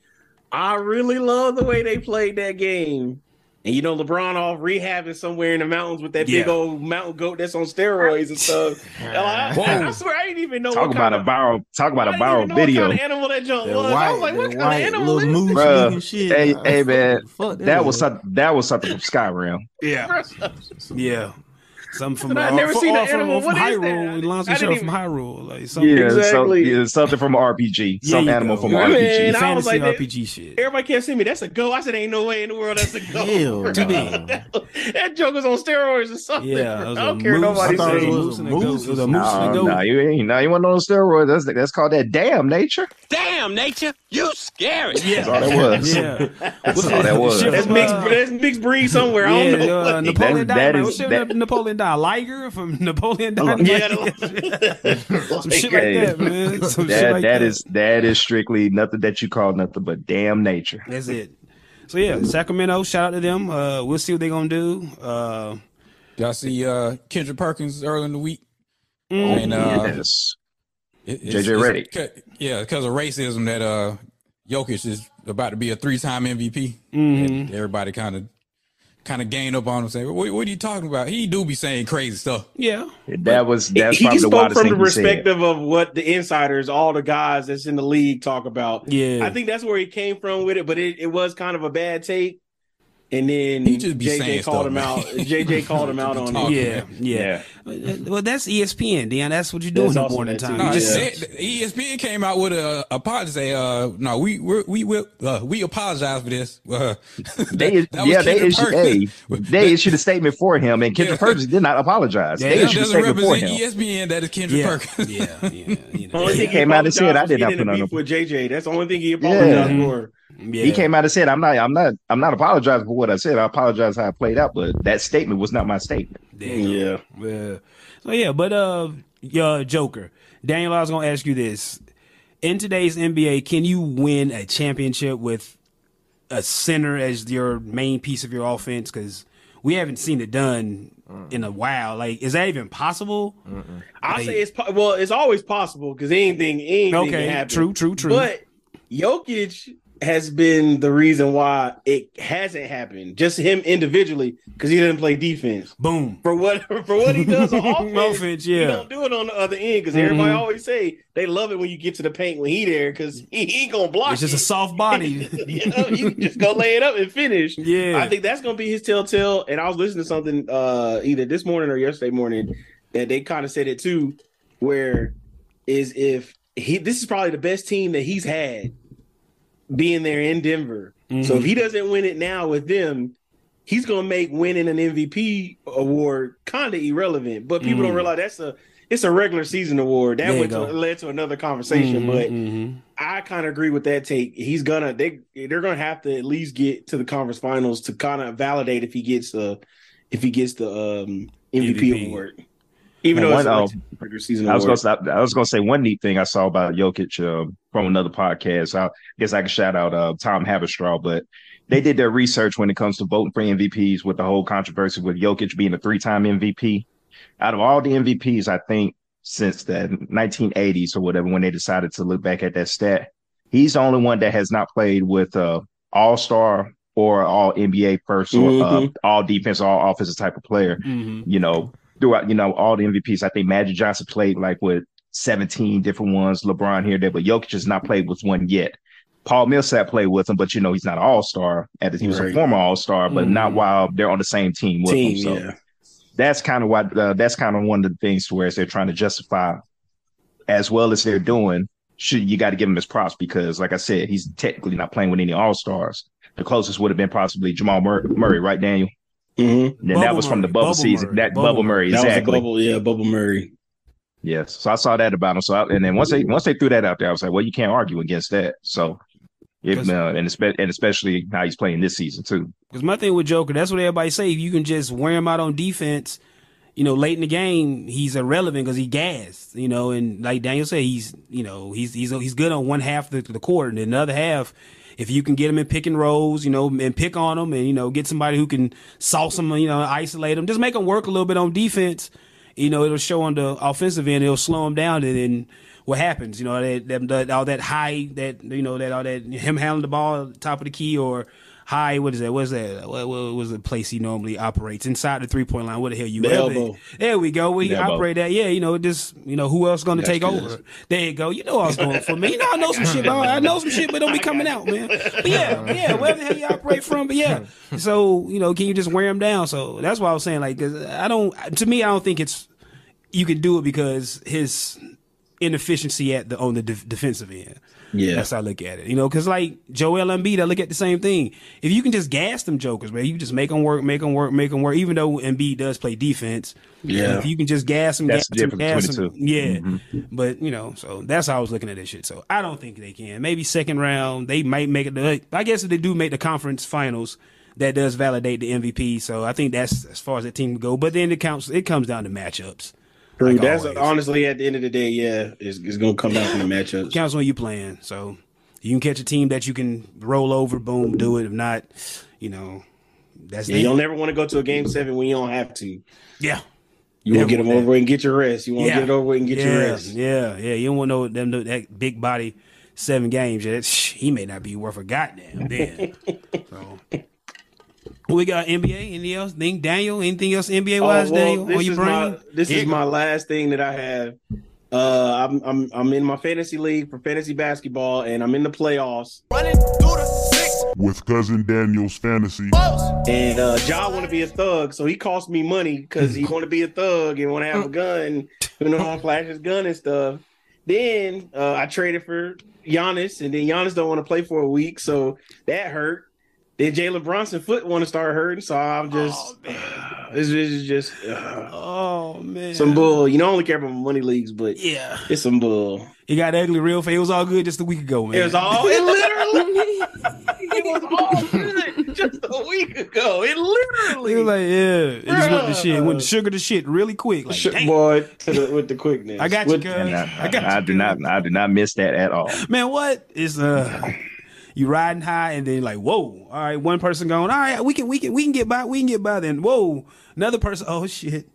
[SPEAKER 6] I really love the way they played that game. And you know, LeBron off rehabbing somewhere in the mountains with that big
[SPEAKER 10] Yeah.
[SPEAKER 6] old mountain goat that's on steroids and stuff. And I, I
[SPEAKER 10] Whoa.
[SPEAKER 6] swear, I didn't even know
[SPEAKER 10] Talk
[SPEAKER 6] what
[SPEAKER 10] about
[SPEAKER 6] kind
[SPEAKER 10] a
[SPEAKER 6] of,
[SPEAKER 10] viral. Talk about a
[SPEAKER 6] I didn't even
[SPEAKER 10] viral
[SPEAKER 6] know
[SPEAKER 10] video.
[SPEAKER 6] What kind of animal that junk
[SPEAKER 10] They're
[SPEAKER 6] was? I was
[SPEAKER 10] white,
[SPEAKER 6] like,
[SPEAKER 10] they're
[SPEAKER 6] what kind of animal is this?
[SPEAKER 10] Bruh, Hey,
[SPEAKER 6] Bruh.
[SPEAKER 10] hey man,
[SPEAKER 6] fuck that
[SPEAKER 10] that was
[SPEAKER 6] is.
[SPEAKER 10] some- that was something from Skyrim.
[SPEAKER 2] yeah, yeah. Something from
[SPEAKER 6] I've
[SPEAKER 2] uh,
[SPEAKER 6] never
[SPEAKER 2] from,
[SPEAKER 6] seen
[SPEAKER 2] uh,
[SPEAKER 6] an
[SPEAKER 2] from,
[SPEAKER 6] animal.
[SPEAKER 2] from
[SPEAKER 6] What is that?
[SPEAKER 2] Hyrule. Lonzo
[SPEAKER 6] I didn't
[SPEAKER 2] Sherrill
[SPEAKER 6] even-
[SPEAKER 2] from Hyrule. Like something.
[SPEAKER 10] Yeah, so, yeah, something from RPG.
[SPEAKER 2] Yeah,
[SPEAKER 10] Some
[SPEAKER 2] you
[SPEAKER 10] animal
[SPEAKER 2] go.
[SPEAKER 10] from
[SPEAKER 2] Man,
[SPEAKER 10] RPG.
[SPEAKER 6] I was
[SPEAKER 2] Fantasy
[SPEAKER 6] like,
[SPEAKER 2] RPG shit.
[SPEAKER 6] Everybody kept seeing me. That's a go. I said, ain't no way in the world that's a go.
[SPEAKER 2] Ew, too
[SPEAKER 6] big. that joke was on steroids or something.
[SPEAKER 2] Yeah,
[SPEAKER 6] bro.
[SPEAKER 2] it
[SPEAKER 6] I
[SPEAKER 2] was
[SPEAKER 6] don't
[SPEAKER 2] a
[SPEAKER 6] care.
[SPEAKER 2] moose.
[SPEAKER 6] Nobody
[SPEAKER 2] I thought it
[SPEAKER 6] said
[SPEAKER 2] was a moose. It was a moose and a
[SPEAKER 10] No,
[SPEAKER 2] goat.
[SPEAKER 10] no, you ain't. No, you want no steroids. That's that's called that damn nature.
[SPEAKER 5] Damn, nature, you scary.
[SPEAKER 10] That's all that was.
[SPEAKER 2] Yeah.
[SPEAKER 10] That's all that was.
[SPEAKER 6] That's mixed. That's mixed breed somewhere. I
[SPEAKER 2] Yeah,
[SPEAKER 6] don't know.
[SPEAKER 2] uh, Napoleon
[SPEAKER 10] That-
[SPEAKER 2] Dynamite.
[SPEAKER 10] that is-
[SPEAKER 2] What's your
[SPEAKER 10] that-
[SPEAKER 2] name? Napoleon Dynamite? Liger from Napoleon Dynamite?
[SPEAKER 6] Yeah,
[SPEAKER 2] Some shit like
[SPEAKER 10] Hey,
[SPEAKER 2] that, man. Some shit
[SPEAKER 10] that
[SPEAKER 2] like
[SPEAKER 10] that is that is strictly nothing that you call nothing but damn nature.
[SPEAKER 2] That's it. So yeah, Sacramento. Shout out to them. Uh, we'll see what they're gonna do. Uh,
[SPEAKER 4] Did I see uh, Kendrick Perkins early in the week?
[SPEAKER 2] Mm.
[SPEAKER 4] And, uh,
[SPEAKER 10] yes.
[SPEAKER 4] It-
[SPEAKER 10] JJ Redick.
[SPEAKER 4] cu- Yeah, because of racism that uh, Jokic is about to be a three-time MVP.
[SPEAKER 2] Mm-hmm.
[SPEAKER 4] And everybody kind of kind of gained up on him, saying, what, "What are you talking about?" He do be saying crazy stuff.
[SPEAKER 2] yeah.
[SPEAKER 10] That was that's
[SPEAKER 6] he
[SPEAKER 10] probably the
[SPEAKER 6] spoke
[SPEAKER 10] wildest
[SPEAKER 6] from
[SPEAKER 10] thing
[SPEAKER 6] the
[SPEAKER 10] he said.
[SPEAKER 6] perspective of what the insiders, all the guys that's in the league, talk about.
[SPEAKER 2] Yeah.
[SPEAKER 6] I think that's where he came from with it, but it, it was kind of a bad take. And then
[SPEAKER 4] He just be saying
[SPEAKER 6] JJ called
[SPEAKER 4] stuff,
[SPEAKER 6] him
[SPEAKER 4] man.
[SPEAKER 6] out. JJ called him out on it.
[SPEAKER 4] Talking,
[SPEAKER 2] yeah,
[SPEAKER 4] man.
[SPEAKER 2] yeah, Uh, Well, that's ESPN, Dan. That's what you do
[SPEAKER 6] That's
[SPEAKER 2] in the
[SPEAKER 6] also
[SPEAKER 2] morning
[SPEAKER 6] that,
[SPEAKER 2] time.
[SPEAKER 6] too.
[SPEAKER 2] You
[SPEAKER 4] No,
[SPEAKER 2] just-
[SPEAKER 4] they- they- ESPN came out with a apology. Say, uh, no, we we're, we will uh, we apologize for this. Uh,
[SPEAKER 10] They,
[SPEAKER 4] that was
[SPEAKER 10] yeah, they
[SPEAKER 4] Kendrick
[SPEAKER 10] issued, hey,
[SPEAKER 4] Perkins.
[SPEAKER 10] they issued a statement for him, and Kendrick Perkins did not apologize.
[SPEAKER 4] that
[SPEAKER 10] they issued a
[SPEAKER 4] doesn't
[SPEAKER 10] statement for
[SPEAKER 4] represent E
[SPEAKER 10] him.
[SPEAKER 4] ESPN. That is Kendrick
[SPEAKER 2] Yeah.
[SPEAKER 4] Perkins.
[SPEAKER 2] yeah, yeah, you know.
[SPEAKER 6] Only thing
[SPEAKER 10] He came out and said,
[SPEAKER 6] apologized
[SPEAKER 10] "I did
[SPEAKER 6] for
[SPEAKER 10] not
[SPEAKER 6] getting
[SPEAKER 10] put
[SPEAKER 6] in
[SPEAKER 10] on
[SPEAKER 6] a
[SPEAKER 10] a-"
[SPEAKER 6] beef with JJ. That's the only thing he apologized
[SPEAKER 10] Yeah.
[SPEAKER 6] for.
[SPEAKER 2] yeah.
[SPEAKER 10] He came out and said, "I'm not, I'm not, I'm not apologizing for what I said. I apologize how it played out, but that statement was not my statement."
[SPEAKER 2] Damn.
[SPEAKER 6] Yeah.
[SPEAKER 2] Yeah. So yeah, but uh, yeah, Joker, Daniel, I was gonna ask you this: in today's NBA, can you win a championship with a center as your main piece of your offense? Because we haven't seen it done in a while. Like, is that even possible?
[SPEAKER 6] I
[SPEAKER 2] Like-
[SPEAKER 6] say it's po- well, it's always possible because anything, anything
[SPEAKER 2] Okay,
[SPEAKER 6] can happen.
[SPEAKER 2] true, true, true.
[SPEAKER 6] But Jokic has been the reason why it hasn't happened. Just him individually because he doesn't play defense
[SPEAKER 2] Boom.
[SPEAKER 6] for what for what he does on offense.
[SPEAKER 2] Offense,
[SPEAKER 6] He
[SPEAKER 2] yeah. Mm-hmm.
[SPEAKER 6] don't do it on the other end because everybody always say they love it when you get to the paint when he there because he, he ain't gonna block.
[SPEAKER 2] It's just a
[SPEAKER 6] it.
[SPEAKER 2] soft body.
[SPEAKER 6] you know, you just go lay it up and finish.
[SPEAKER 2] Yeah.
[SPEAKER 6] I think that's gonna be his telltale. And I was listening to something uh either this morning or yesterday morning that they kind of said it too, where is if he this is probably the best team that he's
[SPEAKER 2] Mm-hmm.
[SPEAKER 6] had being there in Denver. So if he doesn't win it now with them, he's gonna make winning an MVP award kind of irrelevant. But people don't
[SPEAKER 2] Mm.
[SPEAKER 6] realize that's a it's a regular season award. That
[SPEAKER 2] There you
[SPEAKER 6] went to,
[SPEAKER 2] go.
[SPEAKER 6] led to another
[SPEAKER 2] Mm-hmm.
[SPEAKER 6] conversation. But I kind of agree with that take. He's gonna they they're gonna have to at least get to the conference finals to kind of validate if he gets uh if he gets the um MVP,
[SPEAKER 2] MVP.
[SPEAKER 6] award. Even
[SPEAKER 10] Well,
[SPEAKER 6] though it's
[SPEAKER 10] one,
[SPEAKER 6] a regular season
[SPEAKER 10] I was
[SPEAKER 6] award.
[SPEAKER 10] gonna stop, I was gonna say one neat thing I saw about Jokic uh, from another podcast. I guess I can shout out uh, Tom Haberstraw, but they did their research when it comes to voting for MVPs with the whole controversy with Jokic being a three-time MVP. Out of all the MVPs, I think since the 1980s or whatever, when they decided to look back at that stat, he's the only one that has not played with uh, All Star or All NBA first or uh,
[SPEAKER 6] Mhm.
[SPEAKER 10] All Defense, All Offensive type of player
[SPEAKER 2] Mm-hmm.
[SPEAKER 10] you know, throughout, you know, all the MVPs. I think Magic Johnson played like with 17 different ones, LeBron here, there, but Jokic has not played with one yet. Paul Millsap played with him, but you know, he's not an all star. At the, he was a
[SPEAKER 6] Right. Mm-hmm.
[SPEAKER 10] former all star, but not while they're on the same team with
[SPEAKER 6] team,
[SPEAKER 10] him. So
[SPEAKER 6] yeah.
[SPEAKER 10] that's kind of why uh, that's kind of one of the things to where is they're trying to justify as well as they're doing. Should you got to give him his props because, like I said, he's technically not playing with any all stars. The closest would have been possibly Jamal Mur- Murray, right, Daniel?
[SPEAKER 6] Mhm.
[SPEAKER 10] And that
[SPEAKER 2] Bubble
[SPEAKER 10] was from the
[SPEAKER 2] Murray,
[SPEAKER 10] bubble,
[SPEAKER 2] Bubble
[SPEAKER 10] season.
[SPEAKER 2] Murray,
[SPEAKER 10] That
[SPEAKER 2] Bubble
[SPEAKER 10] bubble Murray,
[SPEAKER 6] That was a
[SPEAKER 10] exactly.
[SPEAKER 6] bubble, yeah, Bubble Murray.
[SPEAKER 10] Yes. So I saw that about him. So I, and then once they once they threw that out there, I was like, well, you can't argue against that. So if
[SPEAKER 2] 'Cause-
[SPEAKER 10] uh, and espe- and especially how he's playing this season too.
[SPEAKER 2] Because my thing with Joker, that's what everybody say. If you can just wear him out on defense, you know, late in the game, he's irrelevant because he gassed, you know. And like Daniel said, he's you know he's he's he's good on one half of the, the court, and then the other half, if you can get him in pick and rolls, you know, and pick on him, and you know, get somebody who can sauce him, you know, isolate him, just make him work a little bit on defense. You know, it'll show on the offensive end, it'll slow him down, and then what happens? You know, that, that, that all that high, that you know, that all that him handling the ball top of the key or high. What is that? What's that? What, what was the place he normally operates inside the three point line? What the hell you?
[SPEAKER 6] The
[SPEAKER 2] wherever-
[SPEAKER 6] elbow.
[SPEAKER 2] There we go. Where he
[SPEAKER 10] The elbow.
[SPEAKER 2] operate at? Yeah, you know, just you know, who else going to
[SPEAKER 6] That's
[SPEAKER 2] take
[SPEAKER 6] good.
[SPEAKER 2] over? There you go. You know, I was going for me. You know, I know some shit. But I know some shit, but don't be coming out, man. But yeah, yeah, wherever the hell you operate from. But yeah, so you know, can you just wear him down? So that's why I was saying, like, 'cause I don't. To me, I don't think it's you can do it because his inefficiency at the on the def- defensive end.
[SPEAKER 6] Yeah.
[SPEAKER 2] That's how I look at it. You know, because like Joel Embiid, I look at the same thing. If you can just gas them jokers, man, you just make them work, make them work, make them work. Even though Embiid does play defense,
[SPEAKER 6] Yeah. Mm-hmm.
[SPEAKER 2] If you can just gas them, gas
[SPEAKER 10] That's the
[SPEAKER 2] them,
[SPEAKER 10] difference
[SPEAKER 2] gas
[SPEAKER 10] between
[SPEAKER 2] them, yeah. But you know, so that's how I was looking at this shit. So I don't think they can. Maybe second round, they might make it. To, I guess if they do make the conference finals, that does validate the MVP. So I think that's as far as that team can go. But then it counts. It comes down to matchups.
[SPEAKER 6] True.
[SPEAKER 2] Like
[SPEAKER 6] That's
[SPEAKER 2] always.
[SPEAKER 6] honestly at the end of the day, yeah, it's, it's gonna come down to the matchups.
[SPEAKER 2] counts on you playing. So you can catch a team that you can roll over, boom, do it. If not, you know, that's
[SPEAKER 6] Yeah,
[SPEAKER 2] the-
[SPEAKER 6] you'll never want to go to a game seven when you don't have to. You
[SPEAKER 2] yeah.
[SPEAKER 6] want to get them over with and get your rest. You want to
[SPEAKER 2] Yeah.
[SPEAKER 6] get it over with and get
[SPEAKER 2] yeah,
[SPEAKER 6] your rest.
[SPEAKER 2] Yeah, yeah. You don't want no them no- that big body seven games. Yeah, that's, he may not be worth a goddamn then. so we got NBA. Anything else? Think Daniel? Anything else NBA wise,
[SPEAKER 6] Oh, well,
[SPEAKER 2] Daniel? Or
[SPEAKER 6] this
[SPEAKER 2] you
[SPEAKER 6] is
[SPEAKER 2] bring?
[SPEAKER 6] my this is my last thing that I have. Uh, I'm I'm I'm in my fantasy league for fantasy basketball, and I'm in the playoffs.
[SPEAKER 7] With cousin Daniel's fantasy.
[SPEAKER 6] And uh, Ja want to be a thug, so he cost me money because he want to be a thug and want to have a gun, you know, want to flash his gun and stuff. Then uh, I traded for Giannis, and then Giannis don't want to play for a week, so that hurt. Then Jalen Bronson foot want to start hurting, so I'm just this is just uh,
[SPEAKER 2] oh man,
[SPEAKER 6] some bull. You know, I only care about my money leagues, but
[SPEAKER 2] Yeah,
[SPEAKER 6] it's some bull.
[SPEAKER 2] he got ugly real fast. It was all good just a week ago, man.
[SPEAKER 6] It was all it literally it was all good just a week ago. It literally
[SPEAKER 2] He was like, yeah, it just went to
[SPEAKER 6] Bruh.
[SPEAKER 2] shit, went to sugar to shit really quick. Like,
[SPEAKER 6] Shit,
[SPEAKER 2] damn.
[SPEAKER 6] boy to the, with the quickness.
[SPEAKER 2] I got you,
[SPEAKER 6] With-
[SPEAKER 2] cuz.
[SPEAKER 10] And
[SPEAKER 2] I,
[SPEAKER 10] I,
[SPEAKER 2] got you.
[SPEAKER 10] I, do not I do not miss that at all.
[SPEAKER 2] Man, what is uh you riding high and then like, whoa, all right, one person going, all right, we can we can we can get by, we can get by then. Whoa, another person, oh shit.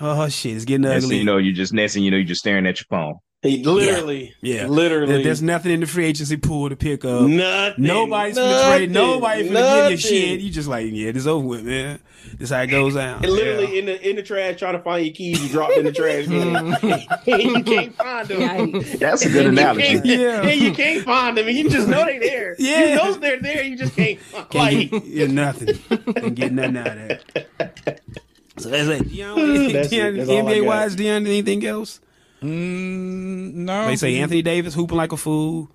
[SPEAKER 2] Oh shit, it's getting
[SPEAKER 10] Next
[SPEAKER 2] ugly.
[SPEAKER 10] thing you know, you're just next thing you know, you're just staring at your phone.
[SPEAKER 6] He literally,
[SPEAKER 2] yeah.
[SPEAKER 6] literally,
[SPEAKER 2] There- There's nothing in the free agency pool to pick up.
[SPEAKER 6] nothing.
[SPEAKER 2] Nobody's finna
[SPEAKER 6] nothing,
[SPEAKER 2] trade. Nobody's finna give you
[SPEAKER 6] nothing.
[SPEAKER 2] shit. You just like, yeah, this over with, man. This how it goes down.
[SPEAKER 6] And literally
[SPEAKER 2] Yeah.
[SPEAKER 6] in the in the trash, trying to find your keys, you dropped in the trash.
[SPEAKER 2] Mm.
[SPEAKER 6] can. you can't find them.
[SPEAKER 1] Yikes.
[SPEAKER 10] That's a good
[SPEAKER 6] You
[SPEAKER 10] analogy.
[SPEAKER 6] can't-
[SPEAKER 2] Yeah.
[SPEAKER 6] yeah. you can't find them. You just know they there.
[SPEAKER 2] Yeah.
[SPEAKER 6] you know they're there. You just can't. Find,
[SPEAKER 2] Can't
[SPEAKER 6] like,
[SPEAKER 2] get, yeah, nothing. Can't get nothing out of that. So that's like, Deion,
[SPEAKER 6] That's it.
[SPEAKER 2] Deion,
[SPEAKER 6] That's all I
[SPEAKER 2] NBA
[SPEAKER 6] got.
[SPEAKER 2] wise, Deion, anything else?
[SPEAKER 4] Mm, no.
[SPEAKER 2] They say Anthony Davis hooping like a fool.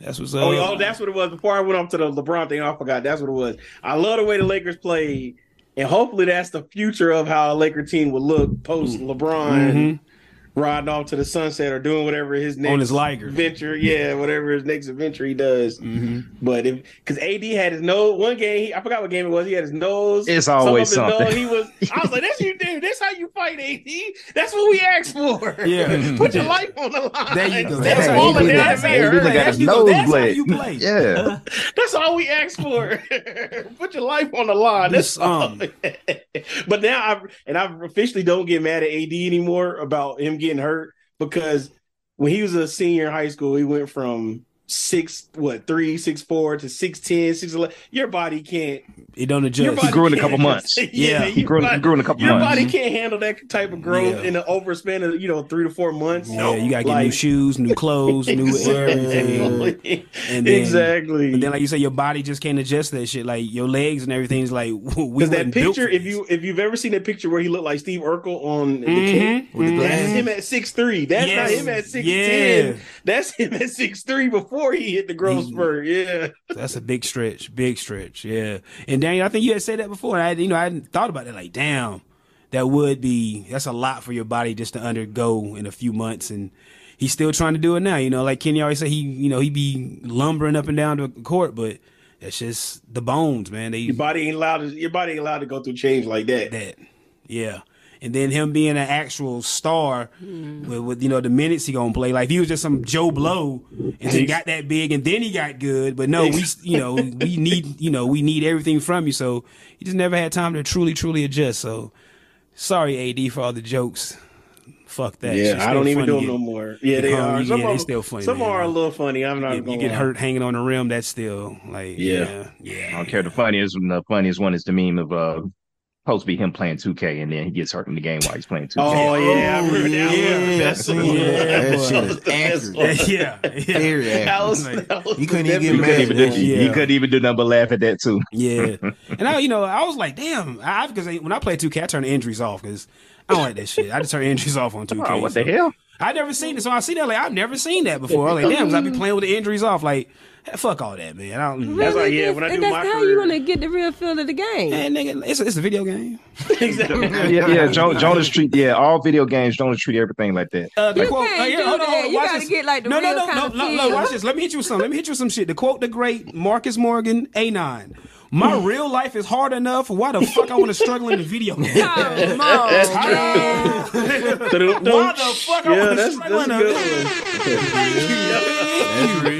[SPEAKER 2] That's what's
[SPEAKER 10] Uh,
[SPEAKER 6] Oh,
[SPEAKER 2] up.
[SPEAKER 6] y'all, that's what it was. Before I went off to the LeBron thing, I forgot. That's what it was. I love the way the Lakers played, and hopefully that's the future of how a Laker team will look post
[SPEAKER 10] Mm-hmm.
[SPEAKER 6] LeBron riding off to the sunset or doing whatever his next
[SPEAKER 2] Mm-hmm. his Liger. Mm-hmm.
[SPEAKER 6] venture, yeah, whatever his next adventure he does. But if because AD had his nose one game, he, I forgot what game it was. He had his nose.
[SPEAKER 10] It's
[SPEAKER 6] some
[SPEAKER 10] always
[SPEAKER 6] up his
[SPEAKER 10] something.
[SPEAKER 6] Nose, he was. I was like, "That's you, dude. That's how you fight, AD. That's what we asked for.
[SPEAKER 2] Yeah.
[SPEAKER 6] put your life on the line.
[SPEAKER 2] There you go.
[SPEAKER 6] That's
[SPEAKER 2] There
[SPEAKER 6] all
[SPEAKER 2] you go.
[SPEAKER 6] that
[SPEAKER 2] That's-
[SPEAKER 6] matters.
[SPEAKER 2] there you go.
[SPEAKER 10] got his
[SPEAKER 2] That's how
[SPEAKER 10] nose
[SPEAKER 2] you play.
[SPEAKER 10] blade. Yeah.
[SPEAKER 6] That's all we asked for. Put your life on the line. That's
[SPEAKER 2] This,
[SPEAKER 6] all.
[SPEAKER 2] um,
[SPEAKER 6] but now I and I officially don't get mad at AD anymore about him getting hurt because when he was a senior in high school, he went from six what three six four to six ten six eleven. Your body can't.
[SPEAKER 2] It don't
[SPEAKER 6] Your
[SPEAKER 2] adjust.
[SPEAKER 6] body
[SPEAKER 10] grew in a
[SPEAKER 6] can't-
[SPEAKER 10] couple months.
[SPEAKER 2] Yeah,
[SPEAKER 6] your
[SPEAKER 10] He grew, he
[SPEAKER 6] body-
[SPEAKER 10] grew in a couple
[SPEAKER 6] Your
[SPEAKER 10] months.
[SPEAKER 6] body can't handle that type of growth
[SPEAKER 2] Yeah.
[SPEAKER 6] in the overspan of you know three to four months.
[SPEAKER 2] Yeah, you gotta get new
[SPEAKER 6] Like-
[SPEAKER 2] shoes, new clothes, new everything.
[SPEAKER 6] Exactly.
[SPEAKER 2] And then-
[SPEAKER 6] exactly.
[SPEAKER 2] And then, like you say, your body just can't adjust to that shit. Like your legs and everything's like we
[SPEAKER 6] Because that picture, if you if you've ever seen that picture where he looked like Steve Urkel on the
[SPEAKER 2] Mhm.
[SPEAKER 6] kick,
[SPEAKER 2] With the
[SPEAKER 6] that's
[SPEAKER 2] glasses.
[SPEAKER 6] him at six three. That's not
[SPEAKER 2] Yes.
[SPEAKER 6] him at six ten.
[SPEAKER 2] Yeah. Mm-hmm.
[SPEAKER 6] That's him at six three before he hit the growth
[SPEAKER 2] He-
[SPEAKER 6] spurt. Yeah.
[SPEAKER 2] That's a big stretch, big stretch, yeah. And Daniel, I think you had said that before. And I, you know, I hadn't thought about it. Like, damn, that would be that's a lot for your body just to undergo in a few months. And he's still trying to do it now. You know, like Kenny always say, he you know he be lumbering up and down the court, but that's just the bones, man. They
[SPEAKER 6] Your body ain't allowed. To, your body ain't allowed to go through change like that.
[SPEAKER 2] that. Yeah. And then him being an actual star
[SPEAKER 6] Mm-hmm.
[SPEAKER 2] with, with you know the minutes he gonna play. Like if he was just some Joe Blow and then got that big and then he got good. But no, we you know we need you know we need everything from you. So he just never had time to truly truly adjust. So sorry AD for all the jokes. Fuck that. Shit's
[SPEAKER 6] Yeah, I
[SPEAKER 2] still
[SPEAKER 6] don't even do
[SPEAKER 2] funny
[SPEAKER 6] them
[SPEAKER 2] to
[SPEAKER 6] no
[SPEAKER 2] get-
[SPEAKER 6] more. Yeah, they
[SPEAKER 2] Oh,
[SPEAKER 6] are.
[SPEAKER 2] yeah,
[SPEAKER 6] Some
[SPEAKER 2] they
[SPEAKER 6] of them,
[SPEAKER 2] still funny,
[SPEAKER 6] Some
[SPEAKER 2] man.
[SPEAKER 6] are a little funny. I'm not.
[SPEAKER 2] You
[SPEAKER 6] gonna
[SPEAKER 2] get
[SPEAKER 6] lie.
[SPEAKER 2] hurt hanging on the rim. That's still like
[SPEAKER 6] Yeah.
[SPEAKER 2] yeah yeah.
[SPEAKER 10] I don't care. The funniest, the funniest one is the meme of uh, supposed to be him playing 2K and then he gets hurt in the game while he's playing 2K.
[SPEAKER 6] Oh yeah, I remember that.
[SPEAKER 2] yeah.
[SPEAKER 6] one. That's the
[SPEAKER 2] Yeah,
[SPEAKER 6] one.
[SPEAKER 2] that
[SPEAKER 6] was
[SPEAKER 2] shit
[SPEAKER 6] the
[SPEAKER 11] is
[SPEAKER 6] best
[SPEAKER 11] accurate.
[SPEAKER 6] one.
[SPEAKER 2] yeah, yeah.
[SPEAKER 11] Very
[SPEAKER 6] That
[SPEAKER 11] accurate.
[SPEAKER 6] was- that was
[SPEAKER 11] You
[SPEAKER 6] the
[SPEAKER 11] couldn't even
[SPEAKER 6] definitely
[SPEAKER 11] get
[SPEAKER 10] Couldn't
[SPEAKER 11] mad
[SPEAKER 6] best
[SPEAKER 10] even do-
[SPEAKER 11] Yeah.
[SPEAKER 6] one.
[SPEAKER 10] he, couldn't even do nothing but laugh at that too.
[SPEAKER 2] Yeah, and I, you know, I was like, damn, I because when I play 2K, I turn injuries off because I don't like that shit. I just turn injuries off on 2K.
[SPEAKER 10] Oh, what the
[SPEAKER 2] so-
[SPEAKER 10] hell?
[SPEAKER 2] I never seen it, so I see that like I've never seen that before. I was like, damn, 'cause I be playing with the injuries off. Like, fuck all that, man. I don't.
[SPEAKER 6] That's like,
[SPEAKER 1] Really?
[SPEAKER 6] yeah, when I
[SPEAKER 1] And
[SPEAKER 6] do
[SPEAKER 1] that's
[SPEAKER 6] my
[SPEAKER 1] how
[SPEAKER 6] career-
[SPEAKER 1] you want to get the real feel of the game.
[SPEAKER 2] Man, nigga, it's a, it's a video game.
[SPEAKER 6] Exactly.
[SPEAKER 10] Yeah, yeah. Jo- Jonas treat yeah. All video games, Jonas treat everything like that.
[SPEAKER 2] Uh, the
[SPEAKER 1] You
[SPEAKER 2] quote,
[SPEAKER 1] can't
[SPEAKER 2] uh, here,
[SPEAKER 1] do
[SPEAKER 2] hold on,
[SPEAKER 1] that.
[SPEAKER 2] hold on,
[SPEAKER 1] You
[SPEAKER 2] watch
[SPEAKER 1] gotta
[SPEAKER 2] this.
[SPEAKER 1] get, like, the
[SPEAKER 2] no, no,
[SPEAKER 1] real
[SPEAKER 2] no,
[SPEAKER 1] kind
[SPEAKER 2] no,
[SPEAKER 1] of
[SPEAKER 2] no,
[SPEAKER 1] feel.
[SPEAKER 2] no, watch this. Let me hit you with some. Let me hit you with some shit. The quote, the great Marcus Morgan, A9. My real life is hard enough. Why the fuck I want to struggle in the video game?
[SPEAKER 1] Come on, man.
[SPEAKER 2] Why the fuck I
[SPEAKER 6] Yeah,
[SPEAKER 2] want to
[SPEAKER 6] that's,
[SPEAKER 2] struggle
[SPEAKER 6] that's a
[SPEAKER 2] in a
[SPEAKER 6] good one.
[SPEAKER 2] Thank you. You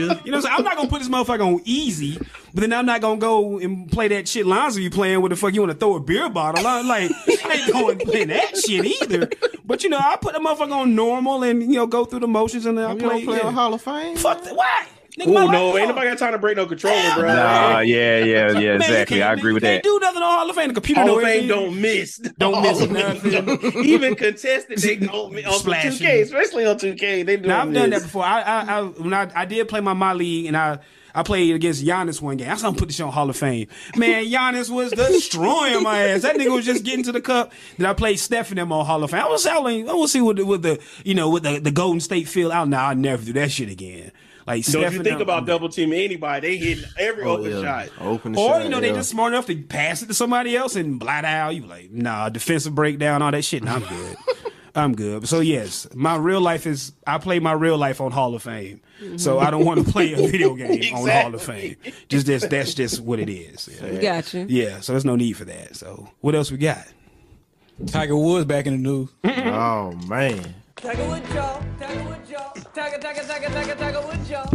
[SPEAKER 2] know what I'm saying? I'm not gonna put this motherfucker on easy, but then I'm not gonna go and play that shit lines you playing with the fuck you wanna throw a beer bottle. I'm like, I ain't going to play that shit either. But you know, I put the motherfucker on normal and you know, go through the motions and then I
[SPEAKER 11] You
[SPEAKER 2] play,
[SPEAKER 11] don't play
[SPEAKER 2] yeah.
[SPEAKER 11] on Hall of Fame?
[SPEAKER 2] Fuck that. Why? Nigga, my
[SPEAKER 6] Ooh,
[SPEAKER 2] life
[SPEAKER 6] no,
[SPEAKER 2] is
[SPEAKER 6] ain't
[SPEAKER 2] hard.
[SPEAKER 6] nobody got time to break no controller, bro.
[SPEAKER 10] Nah, yeah, yeah, yeah.
[SPEAKER 2] Man, you
[SPEAKER 10] Exactly. I
[SPEAKER 2] can't-
[SPEAKER 10] agree with
[SPEAKER 2] you
[SPEAKER 10] that.
[SPEAKER 2] can't do nothing on Hall of Fame. The computer
[SPEAKER 6] Hall
[SPEAKER 2] know
[SPEAKER 6] of Fame
[SPEAKER 2] everything.
[SPEAKER 6] don't miss.
[SPEAKER 2] Don't miss
[SPEAKER 6] nothing. Even contested, they uh, don't miss. On
[SPEAKER 2] Splashing.
[SPEAKER 6] 2K, especially on 2K, they do.
[SPEAKER 2] Now, I've done that before. I, I, I when I, I did play my my league and I I played against Giannis one game. I said I'm put this shit on Hall of Fame. Man, Giannis was destroying my ass. That nigga was just getting to the cup. Then I played Steph and them on Hall of Fame. I was out. like, I want to see what the, what the you know what the, the Golden State feel out. Now I never do that shit again. Like
[SPEAKER 6] Don't
[SPEAKER 2] Steph
[SPEAKER 6] you
[SPEAKER 2] and
[SPEAKER 6] think
[SPEAKER 2] them-
[SPEAKER 6] about double teaming anybody? They hit every
[SPEAKER 11] Oh,
[SPEAKER 6] open
[SPEAKER 11] yeah.
[SPEAKER 6] shot.
[SPEAKER 11] Open the
[SPEAKER 2] Or
[SPEAKER 11] shot,
[SPEAKER 2] you know they
[SPEAKER 11] yeah.
[SPEAKER 2] just smart enough to pass it to somebody else and blat out. You like nah defensive breakdown all that shit. Nah, I'm good. I'm good. So yes, my real life is I play my real life on Hall of Fame. So I don't want to play a video game on Hall of Fame. Just that's that's just what it is. Yeah.
[SPEAKER 1] Got you.
[SPEAKER 2] Yeah, so there's no need for that. So what else we got?
[SPEAKER 4] Tiger Woods back in the news.
[SPEAKER 11] Oh man.
[SPEAKER 2] Him and
[SPEAKER 6] What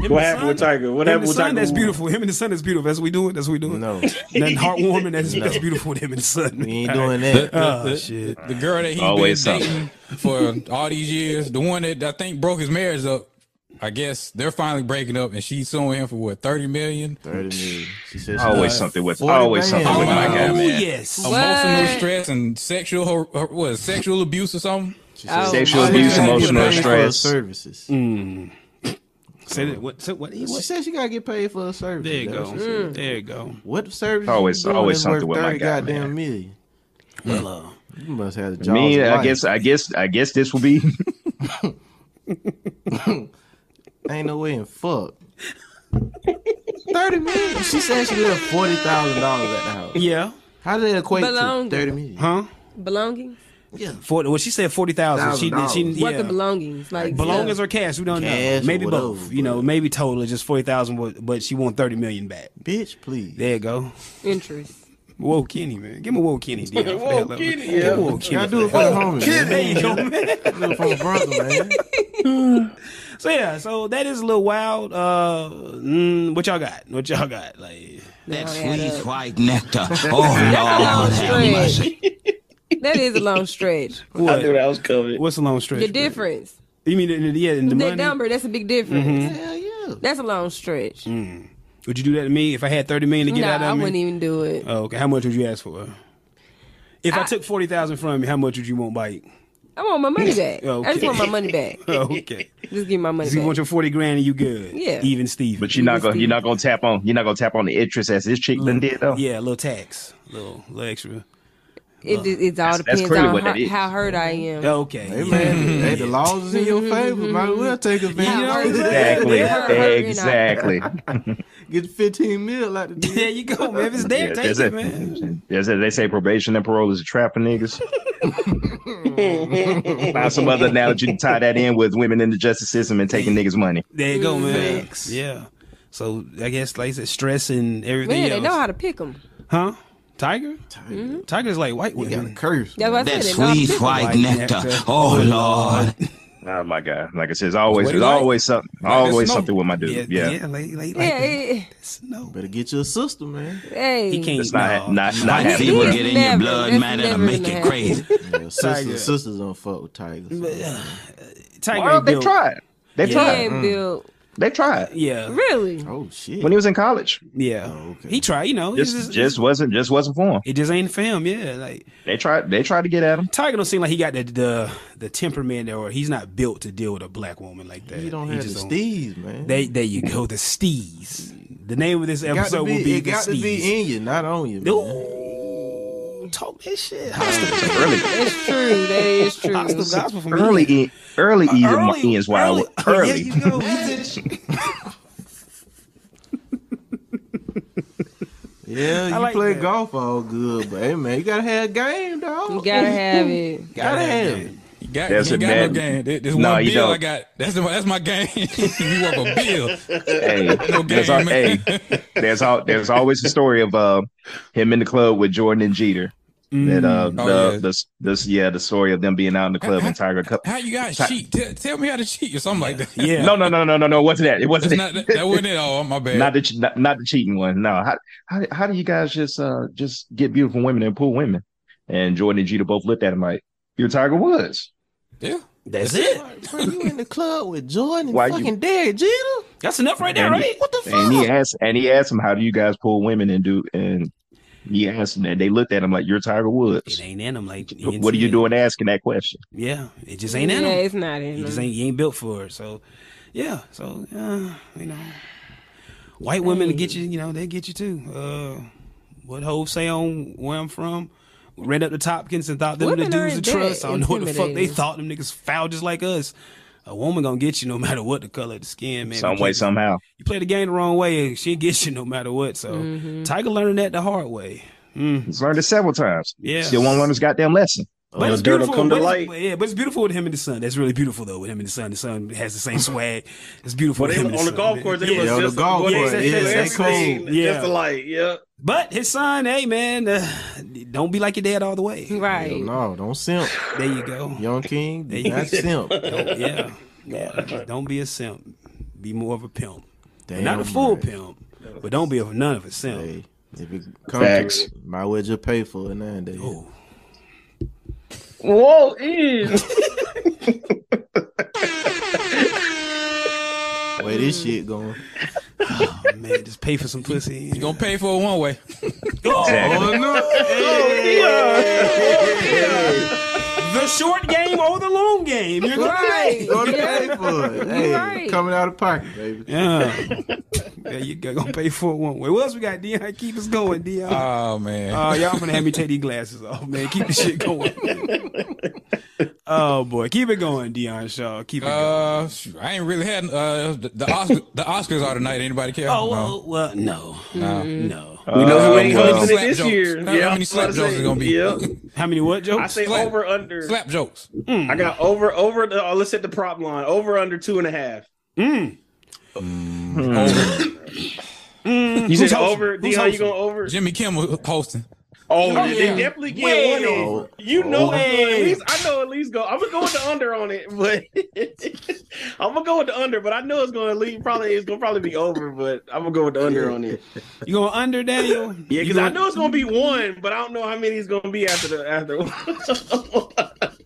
[SPEAKER 2] the
[SPEAKER 6] happened with
[SPEAKER 2] son?
[SPEAKER 6] Tiger? What
[SPEAKER 2] Him and the
[SPEAKER 6] happened with
[SPEAKER 2] son,
[SPEAKER 6] Tiger?
[SPEAKER 2] that's beautiful. Him and the son, that's beautiful. That's what we doing. That's what we doing.
[SPEAKER 11] No.
[SPEAKER 2] Nothing heartwarming. That's, that's beautiful with him and the son.
[SPEAKER 11] We ain't doing that.
[SPEAKER 2] Oh,
[SPEAKER 4] the,
[SPEAKER 2] shit.
[SPEAKER 4] the girl that he's
[SPEAKER 10] Always
[SPEAKER 4] been
[SPEAKER 10] something.
[SPEAKER 4] dating for all these years, the one that I think broke his marriage up. I guess they're finally breaking up, and she's suing him for what thirty million.
[SPEAKER 11] 30 million. She said she
[SPEAKER 10] Always
[SPEAKER 11] got
[SPEAKER 10] something with
[SPEAKER 11] 40
[SPEAKER 10] always
[SPEAKER 11] grand.
[SPEAKER 10] something with my
[SPEAKER 4] Oh,
[SPEAKER 10] guy,
[SPEAKER 2] Oh,
[SPEAKER 10] man.
[SPEAKER 2] yes.
[SPEAKER 1] What?
[SPEAKER 4] Emotional stress and sexual hor- hor- what sexual abuse or something.
[SPEAKER 11] She said
[SPEAKER 1] Oh,
[SPEAKER 11] she
[SPEAKER 10] Sexual
[SPEAKER 1] my
[SPEAKER 10] abuse,
[SPEAKER 1] God.
[SPEAKER 10] emotional
[SPEAKER 11] paid for her
[SPEAKER 10] stress.
[SPEAKER 11] services.
[SPEAKER 2] Mm. Say that. What? Say what?
[SPEAKER 11] She
[SPEAKER 2] what?
[SPEAKER 11] said she gotta get paid for her services.
[SPEAKER 2] There you
[SPEAKER 11] That's
[SPEAKER 2] go.
[SPEAKER 11] what she said.
[SPEAKER 2] There you go.
[SPEAKER 11] What service?
[SPEAKER 10] Always-
[SPEAKER 11] you doing
[SPEAKER 10] always
[SPEAKER 11] that's
[SPEAKER 10] something
[SPEAKER 11] worth
[SPEAKER 10] with my
[SPEAKER 11] 30
[SPEAKER 10] guy,
[SPEAKER 11] goddamn
[SPEAKER 10] man.
[SPEAKER 11] million. Mm.
[SPEAKER 2] uh,
[SPEAKER 11] You must have the
[SPEAKER 10] I
[SPEAKER 11] jaws.
[SPEAKER 10] mean,
[SPEAKER 11] of
[SPEAKER 10] I
[SPEAKER 11] life.
[SPEAKER 10] guess, I guess, I guess this will be.
[SPEAKER 11] ain't no way in fuck.
[SPEAKER 4] thirty million.
[SPEAKER 11] She said she left forty thousand dollars at the house.
[SPEAKER 2] Yeah.
[SPEAKER 11] How did it equate
[SPEAKER 1] Belonging.
[SPEAKER 11] to thirty million?
[SPEAKER 2] Huh?
[SPEAKER 1] Belongings? Yeah.
[SPEAKER 2] Forty. Well, she said forty thousand. She did. She
[SPEAKER 1] What
[SPEAKER 2] yeah.
[SPEAKER 1] the belongings? Like
[SPEAKER 2] belongings
[SPEAKER 1] yeah.
[SPEAKER 2] or cash? We don't
[SPEAKER 11] Cash or
[SPEAKER 2] know. Maybe
[SPEAKER 11] whatever,
[SPEAKER 2] both. You know, maybe total is just forty thousand, but she want thirty million back.
[SPEAKER 11] Bitch, please.
[SPEAKER 2] There you go.
[SPEAKER 1] interest.
[SPEAKER 2] Whoa, Kenny, man, give him a whoa, Kenny. Dion, for
[SPEAKER 11] Whoa,
[SPEAKER 2] that love.
[SPEAKER 11] Kenny,
[SPEAKER 2] Give
[SPEAKER 11] yeah.
[SPEAKER 2] a whoa,
[SPEAKER 11] I
[SPEAKER 2] Kenny.
[SPEAKER 11] do it for the homie, man.
[SPEAKER 2] There you go, man.
[SPEAKER 11] Look for the brother, man.
[SPEAKER 2] So yeah, so that is a little wild. Uh, mm, what y'all got? What y'all got? Like
[SPEAKER 1] That sweet
[SPEAKER 2] white
[SPEAKER 12] nectar.
[SPEAKER 1] That's a long stretch. that is a long stretch.
[SPEAKER 2] What? I knew that was covered. What's a long stretch?
[SPEAKER 1] The difference.
[SPEAKER 2] You mean in the, yeah, in the
[SPEAKER 1] That
[SPEAKER 2] money?
[SPEAKER 1] number, that's a big difference.
[SPEAKER 2] Mhm.
[SPEAKER 1] Hell yeah. That's a long stretch.
[SPEAKER 2] Mm. Would you do that to me if I had thirty million to get
[SPEAKER 1] nah,
[SPEAKER 2] out of
[SPEAKER 1] I
[SPEAKER 2] me?
[SPEAKER 1] wouldn't even do it.
[SPEAKER 2] Oh, okay. How much would you ask for? If I, took forty thousand from you, how much would you want, Mike?
[SPEAKER 1] I want my money back. I just
[SPEAKER 2] Okay.
[SPEAKER 1] want my money back.
[SPEAKER 2] okay.
[SPEAKER 1] Just give me my money
[SPEAKER 2] So you
[SPEAKER 1] back.
[SPEAKER 2] want your forty grand and you good?
[SPEAKER 1] Yeah.
[SPEAKER 2] Even Steve.
[SPEAKER 10] But you're not gonna you're not gonna tap on you're not gonna tap on the interest as this chick done did though.
[SPEAKER 2] Mm. Yeah, a little tax, little little extra.
[SPEAKER 1] It, it, it all
[SPEAKER 10] That's- that's
[SPEAKER 1] depends
[SPEAKER 10] clearly
[SPEAKER 1] on
[SPEAKER 10] what
[SPEAKER 1] how,
[SPEAKER 10] that is.
[SPEAKER 1] how hurt I am.
[SPEAKER 2] Okay.
[SPEAKER 11] Hey, man, hey, the laws is in your favor. Might as well take advantage.
[SPEAKER 1] You know
[SPEAKER 11] of it.
[SPEAKER 10] Exactly. Exactly.
[SPEAKER 11] Get fifteen mil out of the
[SPEAKER 2] There you go, man. If it's there,
[SPEAKER 10] Yeah,
[SPEAKER 2] take
[SPEAKER 10] that's
[SPEAKER 2] it,
[SPEAKER 10] it.
[SPEAKER 2] man.
[SPEAKER 10] That's it. They say probation and parole is a trap for niggas. Find some other analogy to tie that in with women in the justice system and taking niggas' money.
[SPEAKER 2] There you go, man. Yeah. So I guess like I said, stress and everything
[SPEAKER 1] Man, they
[SPEAKER 2] else.
[SPEAKER 1] know how to pick them.
[SPEAKER 2] huh? Tiger? Tiger. Tiger's like white women. got a
[SPEAKER 11] curse.
[SPEAKER 1] That's what I said. They know how to pick 'em.
[SPEAKER 10] Lord. Oh my God! Like I said, it's always
[SPEAKER 11] What
[SPEAKER 10] it's
[SPEAKER 11] do you like?
[SPEAKER 10] always something
[SPEAKER 11] Like the
[SPEAKER 10] always
[SPEAKER 11] smoke.
[SPEAKER 10] something with my dude. Yeah,
[SPEAKER 2] like, like,
[SPEAKER 1] Yeah, it-
[SPEAKER 11] Better get your sister, man.
[SPEAKER 1] hey.
[SPEAKER 10] It's not not not
[SPEAKER 11] White
[SPEAKER 10] happening.
[SPEAKER 11] people
[SPEAKER 10] bro.
[SPEAKER 11] get in your Never. blood, That's man, that'll never make
[SPEAKER 1] you happen. crazy.
[SPEAKER 11] Yeah,
[SPEAKER 2] Tiger.
[SPEAKER 11] sisters, sisters don't fuck with tigers.
[SPEAKER 2] Tiger
[SPEAKER 10] Well,
[SPEAKER 2] ain't
[SPEAKER 10] they
[SPEAKER 2] built-
[SPEAKER 10] tried. They
[SPEAKER 1] Yeah,
[SPEAKER 10] tried.
[SPEAKER 1] ain't
[SPEAKER 10] Mm.
[SPEAKER 1] built.
[SPEAKER 10] They tried.
[SPEAKER 2] Yeah.
[SPEAKER 1] Really?
[SPEAKER 11] Oh shit.
[SPEAKER 10] When he was in college.
[SPEAKER 2] Yeah. He tried. You know.
[SPEAKER 10] Oh, Just,
[SPEAKER 2] he's
[SPEAKER 10] just wasn't just wasn't for him.
[SPEAKER 2] It just ain't film, yeah. Like
[SPEAKER 10] they tried, they tried to get at him.
[SPEAKER 2] Tiger don't seem like he got the the, the temperament, or he's not built to deal with a black woman like that.
[SPEAKER 11] He don't have the
[SPEAKER 2] don't-
[SPEAKER 11] steez, man.
[SPEAKER 2] They there you go, the steez. The name of this
[SPEAKER 11] It got to
[SPEAKER 2] episode will be
[SPEAKER 11] it
[SPEAKER 2] the
[SPEAKER 11] got to
[SPEAKER 2] steez.
[SPEAKER 11] be in you, not on you.
[SPEAKER 2] Talk that shit.
[SPEAKER 1] It's true. That is true.
[SPEAKER 10] Early, E- early,
[SPEAKER 1] early-
[SPEAKER 10] early, early is wild. Early,
[SPEAKER 1] Yeah, you know,
[SPEAKER 11] Yeah, you
[SPEAKER 1] I like
[SPEAKER 11] play golf all good, but hey man, you gotta have a game, dog.
[SPEAKER 1] You gotta have it.
[SPEAKER 11] gotta have it.
[SPEAKER 4] You got,
[SPEAKER 10] That's
[SPEAKER 4] you
[SPEAKER 10] a
[SPEAKER 4] ain't got no
[SPEAKER 10] bad-
[SPEAKER 4] game. There- There's
[SPEAKER 10] No,
[SPEAKER 4] one
[SPEAKER 10] you
[SPEAKER 4] bill I
[SPEAKER 10] don't.
[SPEAKER 4] got. That's the, that's my game. you want a bill?
[SPEAKER 10] hey,
[SPEAKER 4] No
[SPEAKER 10] there's,
[SPEAKER 4] game,
[SPEAKER 10] al- hey, there's al- there's always the story of uh, him in the club with Jordan and Jeter. That uh,
[SPEAKER 4] Mm. Oh,
[SPEAKER 10] the,
[SPEAKER 4] yeah.
[SPEAKER 10] this this yeah, the story of them being out in the club and Tiger Cup.
[SPEAKER 4] How you got to cheat? Tell, tell me how to cheat or something like that.
[SPEAKER 10] No, no, no, no, no, no. It wasn't that. It wasn't
[SPEAKER 4] That's
[SPEAKER 10] that.
[SPEAKER 4] not, that, that wasn't it. Oh, my bad.
[SPEAKER 10] Not the ch- not, not the cheating one. No. How, how how do you guys just uh just get beautiful women and pull women? And Jordan and Jeter both looked at him like, "You're Tiger Woods."
[SPEAKER 4] Yeah,
[SPEAKER 2] that's it.
[SPEAKER 11] Bro, you in the club with Jordan and
[SPEAKER 10] Why you-
[SPEAKER 11] fucking Derek Jeter?
[SPEAKER 2] That's enough right
[SPEAKER 10] there, right?
[SPEAKER 11] What the fuck?
[SPEAKER 10] And he asked, and he asked him, "How do you guys pull women and do?" And he asked, and they looked at him like, "You're Tiger Woods."
[SPEAKER 2] It ain't in him. Like he ain't
[SPEAKER 10] What are you
[SPEAKER 2] seen it.
[SPEAKER 10] doing asking that question?
[SPEAKER 2] Yeah, it just ain't in
[SPEAKER 1] Yeah,
[SPEAKER 2] him.
[SPEAKER 1] it's not in
[SPEAKER 2] He just
[SPEAKER 1] him.
[SPEAKER 2] ain't. He ain't built for it. So, yeah. So uh, you know, white women to get you. You know, they get you too. Uh, what hoes say on where I'm from? Ran up to Topkins and thought them
[SPEAKER 1] Women
[SPEAKER 2] the
[SPEAKER 1] aren't
[SPEAKER 2] dudes to
[SPEAKER 1] that
[SPEAKER 2] trust. I don't know what the fuck they
[SPEAKER 1] intimidating.
[SPEAKER 2] thought. Them niggas foul just like us. A woman gonna get you no matter what the color of the skin, man.
[SPEAKER 10] Some
[SPEAKER 2] You play-
[SPEAKER 10] way, somehow.
[SPEAKER 2] You play the game the wrong way, she gets you no matter what. So
[SPEAKER 1] Mm-hmm.
[SPEAKER 2] Tiger learning that the hard way. Mm.
[SPEAKER 10] He's learned it several times.
[SPEAKER 2] Yeah.
[SPEAKER 10] Still won't learn his goddamn lesson.
[SPEAKER 2] But it's beautiful. but it's- yeah, but it's beautiful with him and the son. That's really beautiful though with him and the son. The son has the same swag. It's beautiful.
[SPEAKER 13] Well,
[SPEAKER 2] with
[SPEAKER 13] they-
[SPEAKER 2] him and
[SPEAKER 13] on the
[SPEAKER 2] son,
[SPEAKER 13] golf
[SPEAKER 2] man.
[SPEAKER 13] course, they must Yo, the just- golf they course, just yeah, do they everything cool. just alike, yeah.
[SPEAKER 2] But his son, hey man, uh, don't be like your dad all the way.
[SPEAKER 1] Right.
[SPEAKER 11] Hell no, don't simp.
[SPEAKER 2] There you go.
[SPEAKER 11] Young King,
[SPEAKER 2] There
[SPEAKER 11] there
[SPEAKER 2] you
[SPEAKER 11] not
[SPEAKER 2] go.
[SPEAKER 11] simp.
[SPEAKER 2] Don't- yeah. yeah. Don't be a simp. Be more of a pimp.
[SPEAKER 11] Damn
[SPEAKER 2] not a full
[SPEAKER 11] right.
[SPEAKER 2] pimp, but don't be a, none of a simp.
[SPEAKER 11] If it comes
[SPEAKER 2] Facts.
[SPEAKER 11] to it, might well just pay for it nowadays. Oh.
[SPEAKER 13] Whoa, ew.
[SPEAKER 11] Where this shit going?
[SPEAKER 2] Oh, man, just pay for some pussy. You
[SPEAKER 4] gonna pay for it one way.
[SPEAKER 11] Oh, no.
[SPEAKER 2] The short game or the long game. You're
[SPEAKER 11] Right.
[SPEAKER 2] right.
[SPEAKER 11] Go to pay for it. Hey,
[SPEAKER 2] Right.
[SPEAKER 11] Coming out of pocket, baby.
[SPEAKER 2] Yeah. Yeah, you gonna pay for it one way. What else we got, Dion? Keep us going, Dion.
[SPEAKER 4] Oh man.
[SPEAKER 2] Uh, y'all gonna have me take these glasses off, man. Keep the shit going. oh boy, keep it going, Dion Shaw. Keep it going.
[SPEAKER 4] Uh, shoot, I ain't really had uh the, the Oscar, the Oscars are tonight. Anybody care?
[SPEAKER 2] Oh, well, well, no, no.
[SPEAKER 4] no,
[SPEAKER 6] We know
[SPEAKER 10] Oh,
[SPEAKER 6] who ain't
[SPEAKER 4] well,
[SPEAKER 6] hosting it
[SPEAKER 4] slap
[SPEAKER 6] this
[SPEAKER 4] jokes.
[SPEAKER 6] year.
[SPEAKER 4] How,
[SPEAKER 6] Yeah,
[SPEAKER 4] how
[SPEAKER 6] I
[SPEAKER 4] many
[SPEAKER 6] was
[SPEAKER 4] slap
[SPEAKER 6] about to
[SPEAKER 4] jokes
[SPEAKER 6] say,
[SPEAKER 4] is gonna be?
[SPEAKER 6] yeah.
[SPEAKER 2] How many what jokes?
[SPEAKER 6] I say
[SPEAKER 4] Slap.
[SPEAKER 6] over under.
[SPEAKER 4] Slap jokes.
[SPEAKER 6] I got over over. The, oh, let's hit the prop line. Over under two and a half.
[SPEAKER 2] Mm.
[SPEAKER 6] Mm.
[SPEAKER 2] Hmm.
[SPEAKER 6] You
[SPEAKER 4] Who's
[SPEAKER 6] said
[SPEAKER 4] hosting?
[SPEAKER 6] over.
[SPEAKER 4] Who's
[SPEAKER 6] Dion, you
[SPEAKER 4] hosting?
[SPEAKER 6] going over?
[SPEAKER 4] Jimmy Kimmel hosting.
[SPEAKER 6] Oh,
[SPEAKER 4] Oh,
[SPEAKER 6] they
[SPEAKER 4] yeah.
[SPEAKER 6] definitely get
[SPEAKER 4] Way
[SPEAKER 6] one in.
[SPEAKER 4] over.
[SPEAKER 6] You know,
[SPEAKER 4] Way
[SPEAKER 6] I'm gonna at least I know at least go. I'm gonna go with the under on it, but I'm gonna go with the under. But I know it's gonna leave. Probably it's gonna probably be over, but I'm gonna go with the under on it.
[SPEAKER 2] You going under, Daniel? You
[SPEAKER 6] Yeah, because I
[SPEAKER 2] going-
[SPEAKER 6] know it's gonna be one, but I don't know how many it's gonna be after the after.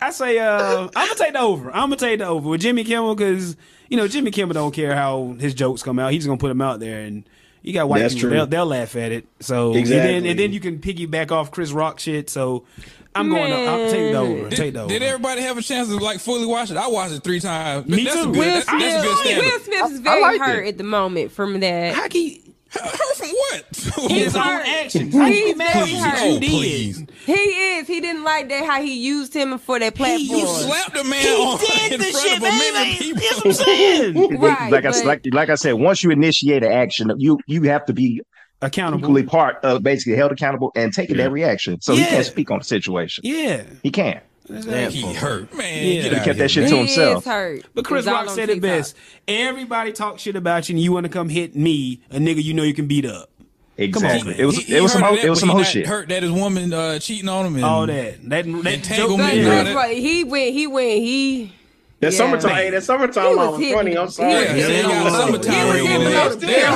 [SPEAKER 2] I say, uh, I'm gonna take the over. I'm gonna take the over with Jimmy Kimmel because you know Jimmy Kimmel don't care how his jokes come out. He's just gonna put them out there, and you got white
[SPEAKER 6] That's
[SPEAKER 2] people.
[SPEAKER 6] true.
[SPEAKER 2] They'll, they'll laugh at it. So and then
[SPEAKER 6] Exactly.
[SPEAKER 2] and then you can piggyback off Chris Rock shit. So I'm going. To, I'm taking the over.
[SPEAKER 4] Did,
[SPEAKER 2] Take the over.
[SPEAKER 4] did everybody have a chance to like fully watch it? I watched it three times.
[SPEAKER 2] Me
[SPEAKER 4] that's
[SPEAKER 2] too.
[SPEAKER 4] A
[SPEAKER 2] Will
[SPEAKER 4] good, that's, that's a good
[SPEAKER 1] Will,
[SPEAKER 4] standard.
[SPEAKER 1] Will Smith is
[SPEAKER 4] I- I
[SPEAKER 1] very
[SPEAKER 4] liked
[SPEAKER 1] hurt
[SPEAKER 4] it.
[SPEAKER 1] at the moment from that. How
[SPEAKER 2] he
[SPEAKER 4] hurt from Uh, what?
[SPEAKER 1] He's
[SPEAKER 2] His own
[SPEAKER 1] hurt.
[SPEAKER 2] actions. How you
[SPEAKER 1] He's
[SPEAKER 2] mad
[SPEAKER 1] very
[SPEAKER 2] at
[SPEAKER 1] hurt.
[SPEAKER 2] what you did?
[SPEAKER 1] He is. He didn't like that how he used him for that platform.
[SPEAKER 4] You slapped a man on, in front of a million people.
[SPEAKER 1] Right,
[SPEAKER 10] like I
[SPEAKER 1] but-
[SPEAKER 10] like, like I said, once you initiate an action, you you have to be
[SPEAKER 2] accountable,
[SPEAKER 10] equally part of basically held accountable and taking that reaction. So he
[SPEAKER 2] Yeah.
[SPEAKER 10] can't speak on the situation.
[SPEAKER 2] Yeah,
[SPEAKER 10] He can't.
[SPEAKER 2] That
[SPEAKER 10] He
[SPEAKER 2] fool.
[SPEAKER 4] hurt, man.
[SPEAKER 10] Yeah. He kept that shit to himself.
[SPEAKER 2] But Chris
[SPEAKER 1] He's all
[SPEAKER 2] Rock
[SPEAKER 1] on
[SPEAKER 2] said it best. Everybody talk shit about you, and you want to come hit me, a nigga you know you can beat up.
[SPEAKER 10] Exactly.
[SPEAKER 2] man.
[SPEAKER 10] It was
[SPEAKER 2] He-
[SPEAKER 10] it was some
[SPEAKER 4] heard
[SPEAKER 10] ho-
[SPEAKER 4] of that,
[SPEAKER 10] it was
[SPEAKER 4] but
[SPEAKER 10] some
[SPEAKER 4] he
[SPEAKER 10] whole
[SPEAKER 4] not
[SPEAKER 10] shit.
[SPEAKER 4] Hurt that his woman uh, cheating on him. And
[SPEAKER 2] All
[SPEAKER 6] Mm-hmm.
[SPEAKER 2] that. That that
[SPEAKER 1] But
[SPEAKER 4] entanglement. and all
[SPEAKER 1] Chris
[SPEAKER 4] that.
[SPEAKER 1] Rock, he went. He went. He.
[SPEAKER 6] That
[SPEAKER 1] Yeah.
[SPEAKER 6] summertime, hey, that summertime
[SPEAKER 1] He
[SPEAKER 6] line
[SPEAKER 1] was
[SPEAKER 6] was funny.
[SPEAKER 1] hitting-
[SPEAKER 6] I'm sorry.
[SPEAKER 1] Yeah, Yeah, they they got
[SPEAKER 4] got summertime
[SPEAKER 1] was hitting below the belt.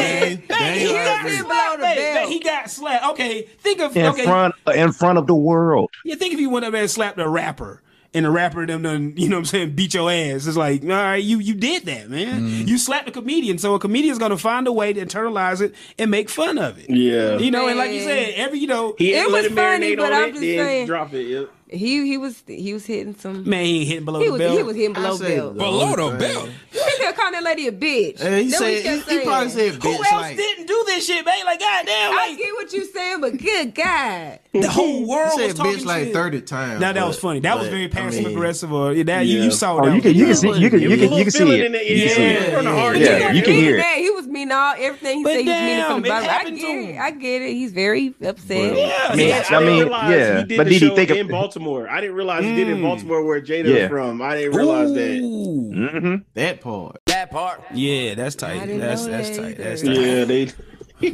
[SPEAKER 1] Man, man, he was hitting below the
[SPEAKER 2] That
[SPEAKER 1] belt.
[SPEAKER 2] he got slapped. Okay, think of
[SPEAKER 10] In
[SPEAKER 2] okay.
[SPEAKER 10] front uh, in front of the world.
[SPEAKER 2] You think if you went up there and slapped a rapper and the rapper them done, you know what I'm saying, beat your ass. It's like, all right, you you did that, man. You slapped a comedian, so a comedian's gonna find a way to internalize it and make fun of it.
[SPEAKER 6] Yeah.
[SPEAKER 2] You know, and like you
[SPEAKER 1] Man.
[SPEAKER 2] said, every you know
[SPEAKER 6] He ain't
[SPEAKER 1] It
[SPEAKER 6] let
[SPEAKER 1] was
[SPEAKER 6] it marinate
[SPEAKER 1] funny, but
[SPEAKER 6] on
[SPEAKER 1] I'm
[SPEAKER 6] it,
[SPEAKER 1] just
[SPEAKER 6] then
[SPEAKER 1] saying-
[SPEAKER 6] drop it. Yep.
[SPEAKER 1] He he was he was hitting some.
[SPEAKER 2] Man, he ain't hitting below
[SPEAKER 1] he
[SPEAKER 2] the
[SPEAKER 1] was
[SPEAKER 2] belt.
[SPEAKER 1] he was hitting below the belt.
[SPEAKER 4] Below the belt.
[SPEAKER 1] He kept calling that lady a bitch.
[SPEAKER 2] Hey, he
[SPEAKER 1] That's what
[SPEAKER 2] said-
[SPEAKER 1] kept
[SPEAKER 2] he- he probably
[SPEAKER 1] saying.
[SPEAKER 2] said Who bitch, else like- didn't do this shit, babe? Like, goddamn,
[SPEAKER 1] I get what you saying, but good God,
[SPEAKER 2] The whole world
[SPEAKER 11] said
[SPEAKER 2] was talking
[SPEAKER 11] bitch like
[SPEAKER 2] shit.
[SPEAKER 11] 30 times.
[SPEAKER 2] Now that was
[SPEAKER 11] but-
[SPEAKER 2] funny. That was
[SPEAKER 11] but, I
[SPEAKER 2] very
[SPEAKER 11] mean,
[SPEAKER 2] passive aggressive. Or that you,
[SPEAKER 11] yeah.
[SPEAKER 2] you saw.
[SPEAKER 10] Oh,
[SPEAKER 2] that
[SPEAKER 10] you
[SPEAKER 2] was-
[SPEAKER 10] can you can see you can
[SPEAKER 6] It
[SPEAKER 10] you
[SPEAKER 6] was a
[SPEAKER 10] can you
[SPEAKER 6] little
[SPEAKER 10] can see
[SPEAKER 6] feeling in
[SPEAKER 10] it.
[SPEAKER 6] the
[SPEAKER 10] You
[SPEAKER 6] air.
[SPEAKER 10] can see
[SPEAKER 6] It was from the
[SPEAKER 10] it.
[SPEAKER 6] heart.
[SPEAKER 10] Yeah, you can hear it.
[SPEAKER 1] He was mean all everything he
[SPEAKER 2] But
[SPEAKER 1] said. He was mean
[SPEAKER 2] damn,
[SPEAKER 1] from
[SPEAKER 2] it
[SPEAKER 1] the bottom. I
[SPEAKER 2] happened to
[SPEAKER 1] get it.
[SPEAKER 2] him.
[SPEAKER 1] I get it. He's very upset.
[SPEAKER 10] I mean,
[SPEAKER 6] Man, I,
[SPEAKER 10] I
[SPEAKER 6] didn't
[SPEAKER 10] mean,
[SPEAKER 6] realize
[SPEAKER 10] yeah,
[SPEAKER 6] he did the
[SPEAKER 10] but did he
[SPEAKER 6] show
[SPEAKER 10] think of-
[SPEAKER 6] in Baltimore. I didn't realize he did it in Baltimore where Jada's
[SPEAKER 10] Yeah.
[SPEAKER 6] from. I didn't realize
[SPEAKER 10] Mm-hmm.
[SPEAKER 2] That part. That part. Yeah, that's tight. That's that's tight. That's tight.
[SPEAKER 6] Yeah, they.
[SPEAKER 2] that.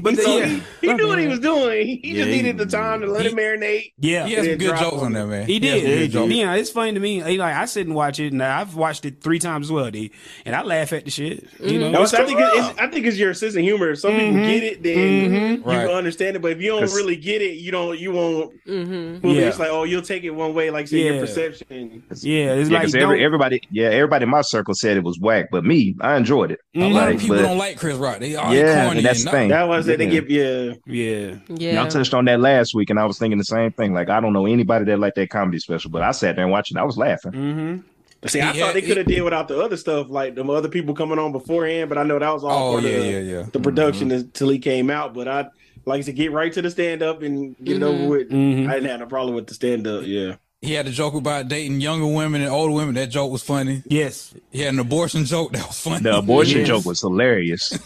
[SPEAKER 2] But the,
[SPEAKER 6] So
[SPEAKER 2] yeah,
[SPEAKER 6] he, he knew what he was doing. He just needed the time to let it marinate.
[SPEAKER 2] yeah.
[SPEAKER 4] He had some good jokes on there, man.
[SPEAKER 2] He
[SPEAKER 4] had
[SPEAKER 2] did.
[SPEAKER 4] some good
[SPEAKER 2] Yeah,
[SPEAKER 4] jokes.
[SPEAKER 2] it's funny to me. He, like I sit and watch it, and I've watched it three times as well, D. And I laugh at the shit.
[SPEAKER 1] Mm-hmm.
[SPEAKER 2] You know,
[SPEAKER 6] No, so I, think it- it's, I think it's your sense of humor. If some people get it, then you
[SPEAKER 2] Right.
[SPEAKER 6] can understand it. But if you don't
[SPEAKER 2] 'Cause-
[SPEAKER 6] really get it, you don't. You won't.
[SPEAKER 1] Mm-hmm.
[SPEAKER 6] Fully,
[SPEAKER 10] Yeah.
[SPEAKER 6] It's like oh, you'll take it one way, like say
[SPEAKER 10] Yeah.
[SPEAKER 6] your perception.
[SPEAKER 2] yeah, it's
[SPEAKER 10] Yeah,
[SPEAKER 2] like
[SPEAKER 10] 'cause every,
[SPEAKER 2] don't-
[SPEAKER 10] everybody, yeah, everybody in my circle said it was whack, but me, I enjoyed it.
[SPEAKER 4] A lot of people
[SPEAKER 10] but-
[SPEAKER 4] don't like Chris Rock. They all
[SPEAKER 10] Yeah,
[SPEAKER 4] corny.
[SPEAKER 10] and that's
[SPEAKER 4] and
[SPEAKER 10] the
[SPEAKER 4] nothing.
[SPEAKER 10] thing. That was it. They Yeah. give-
[SPEAKER 6] yeah,
[SPEAKER 2] yeah,
[SPEAKER 10] Y'all touched on that last week, and I was thinking the same thing. Like, I don't know anybody that liked that comedy special, but I sat there and watched it. I was laughing.
[SPEAKER 2] Mm-hmm.
[SPEAKER 6] See, I
[SPEAKER 4] He
[SPEAKER 6] thought
[SPEAKER 4] had-
[SPEAKER 6] they could have did without the other stuff, like them other people coming on beforehand. But I know that was all
[SPEAKER 4] Oh,
[SPEAKER 6] part
[SPEAKER 4] yeah,
[SPEAKER 6] of the,
[SPEAKER 4] yeah, yeah.
[SPEAKER 6] the production until he came out. But I like to get right to the stand up and get it over
[SPEAKER 2] Mm-hmm.
[SPEAKER 4] Mhm.
[SPEAKER 6] with. I didn't have no problem with the stand up. Yeah,
[SPEAKER 4] He had a joke about dating younger women and older women. That joke was funny.
[SPEAKER 2] Yes.
[SPEAKER 4] He had an abortion joke that was funny.
[SPEAKER 10] The abortion joke was hilarious.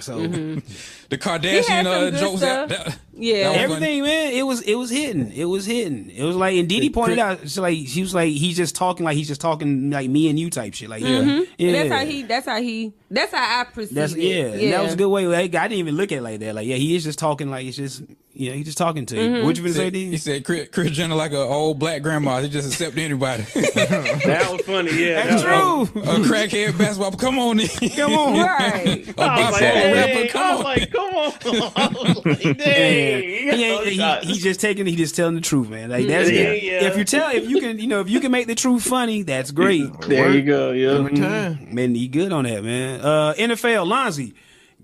[SPEAKER 2] So
[SPEAKER 1] Mm-hmm.
[SPEAKER 4] the
[SPEAKER 1] He had
[SPEAKER 4] Kardashian
[SPEAKER 1] some
[SPEAKER 4] uh,
[SPEAKER 1] good
[SPEAKER 4] jokes
[SPEAKER 1] stuff.
[SPEAKER 4] that, that
[SPEAKER 1] yeah,
[SPEAKER 2] everything, man. It was it was hidden. It was hidden. It was like, and Didi pointed out, she like she was like, he's just talking like he's just talking like me and you type shit. Like,
[SPEAKER 1] Mhm.
[SPEAKER 2] yeah,
[SPEAKER 1] And that's how he. That's how he. That's how I perceive
[SPEAKER 2] That's
[SPEAKER 1] it.
[SPEAKER 2] yeah, and that was a good way. Like, I didn't even look at it like that. Like, yeah, he is just talking like it's just yeah, he's just talking to you.
[SPEAKER 1] Mm-hmm.
[SPEAKER 4] Mhm.
[SPEAKER 2] What you been say,
[SPEAKER 4] Said-
[SPEAKER 2] D?
[SPEAKER 4] He said Chris, Chris Jenner like an old black grandma. He just accept anybody.
[SPEAKER 6] that was funny. Yeah,
[SPEAKER 4] That's
[SPEAKER 6] that was-
[SPEAKER 4] true. A crackhead basketball. Come on, in. come
[SPEAKER 2] on.
[SPEAKER 1] Right.
[SPEAKER 4] a
[SPEAKER 6] I was like,
[SPEAKER 4] basketball
[SPEAKER 6] dang,
[SPEAKER 4] rapper. Come
[SPEAKER 6] I
[SPEAKER 4] on.
[SPEAKER 6] was like, come on. I was like,
[SPEAKER 2] Yeah,
[SPEAKER 6] dang,
[SPEAKER 2] he,
[SPEAKER 6] you got
[SPEAKER 2] ain't-
[SPEAKER 6] those
[SPEAKER 2] he-
[SPEAKER 6] shots.
[SPEAKER 2] he's just taking, he just telling the truth, man. Like that's
[SPEAKER 6] Yeah, yeah.
[SPEAKER 2] if you tell, if you can, you know, if you can make the truth funny, that's great.
[SPEAKER 6] There you go, yeah. Mm-hmm.
[SPEAKER 2] Mhm. man, he good on that, man. Uh, NFL, Lonzy,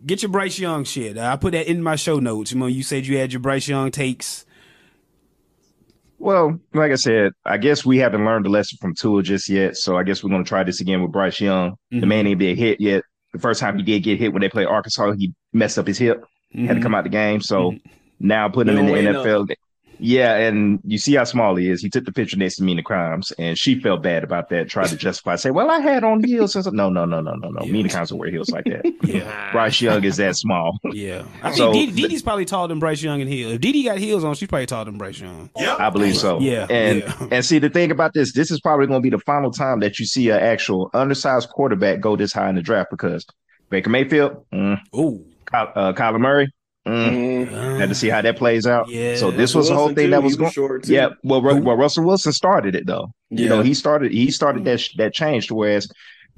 [SPEAKER 2] get your Bryce Young shit. Uh, I put that in my show notes. You know, you said you had your Bryce Young takes.
[SPEAKER 10] Well, like I said, I guess we haven't learned the lesson from Tua just yet. So I guess we're going to try this again with Bryce Young. The
[SPEAKER 12] Mhm.
[SPEAKER 10] man ain't been hit yet. The first time he did get hit when they played Arkansas, he messed up his hip, had to
[SPEAKER 2] Mm-hmm.
[SPEAKER 12] Mhm.
[SPEAKER 10] come out the game. So now putting him
[SPEAKER 12] No
[SPEAKER 10] in
[SPEAKER 12] way,
[SPEAKER 10] the
[SPEAKER 12] no.
[SPEAKER 10] NFL. Yeah, and you see how small he is. He took the picture next to me in the crimes, and she felt bad about that. Tried to justify, say, "Well, I had on heels." Since no, no, no, no, no, no. Me and the crimes don't wear heels like that.
[SPEAKER 2] Mm-hmm. yeah,
[SPEAKER 10] Bryce Young is that small.
[SPEAKER 2] Yeah, I
[SPEAKER 10] so
[SPEAKER 2] think Didi, Didi's probably taller than Bryce Young and Hill. If Didi got heels on, she's probably taller than Bryce Young.
[SPEAKER 10] I believe so.
[SPEAKER 2] Yeah,
[SPEAKER 10] And and see the thing about this, this is probably going to be the final time that you see an actual undersized quarterback go this high in the draft because Baker Mayfield, mm,
[SPEAKER 2] ooh,
[SPEAKER 10] Ky- uh, Kyler Murray.
[SPEAKER 6] Mm-hmm.
[SPEAKER 10] Mm. Had to see how that plays
[SPEAKER 2] Uh,
[SPEAKER 10] out.
[SPEAKER 12] Yeah.
[SPEAKER 10] So this was the whole
[SPEAKER 12] Wilson,
[SPEAKER 10] thing
[SPEAKER 12] too.
[SPEAKER 10] that
[SPEAKER 12] He
[SPEAKER 10] was
[SPEAKER 12] was
[SPEAKER 10] going.
[SPEAKER 12] short, too.
[SPEAKER 10] yeah. Well, Ru- well, Russell Wilson started it though. You know,
[SPEAKER 12] Yeah.
[SPEAKER 10] he started he started that sh- that change to whereas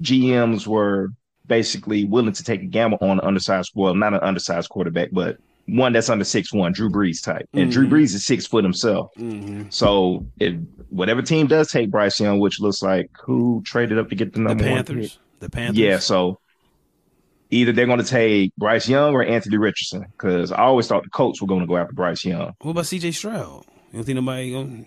[SPEAKER 10] GMs were basically willing to take a gamble on an undersized, well, not an undersized quarterback, but one that's under six one, Drew Brees type, and Drew
[SPEAKER 12] Mhm.
[SPEAKER 10] Brees is six foot himself.
[SPEAKER 2] Mhm.
[SPEAKER 10] So if whatever team does take Bryce Young, which looks like who traded up to get the
[SPEAKER 2] the
[SPEAKER 10] number one pick?
[SPEAKER 2] Panthers, the Panthers.
[SPEAKER 10] Yeah, so either they're going to take Bryce Young or Anthony Richardson because I always thought the Colts were going to go after Bryce Young.
[SPEAKER 2] What about C.J. Stroud? You don't think nobody? Gonna...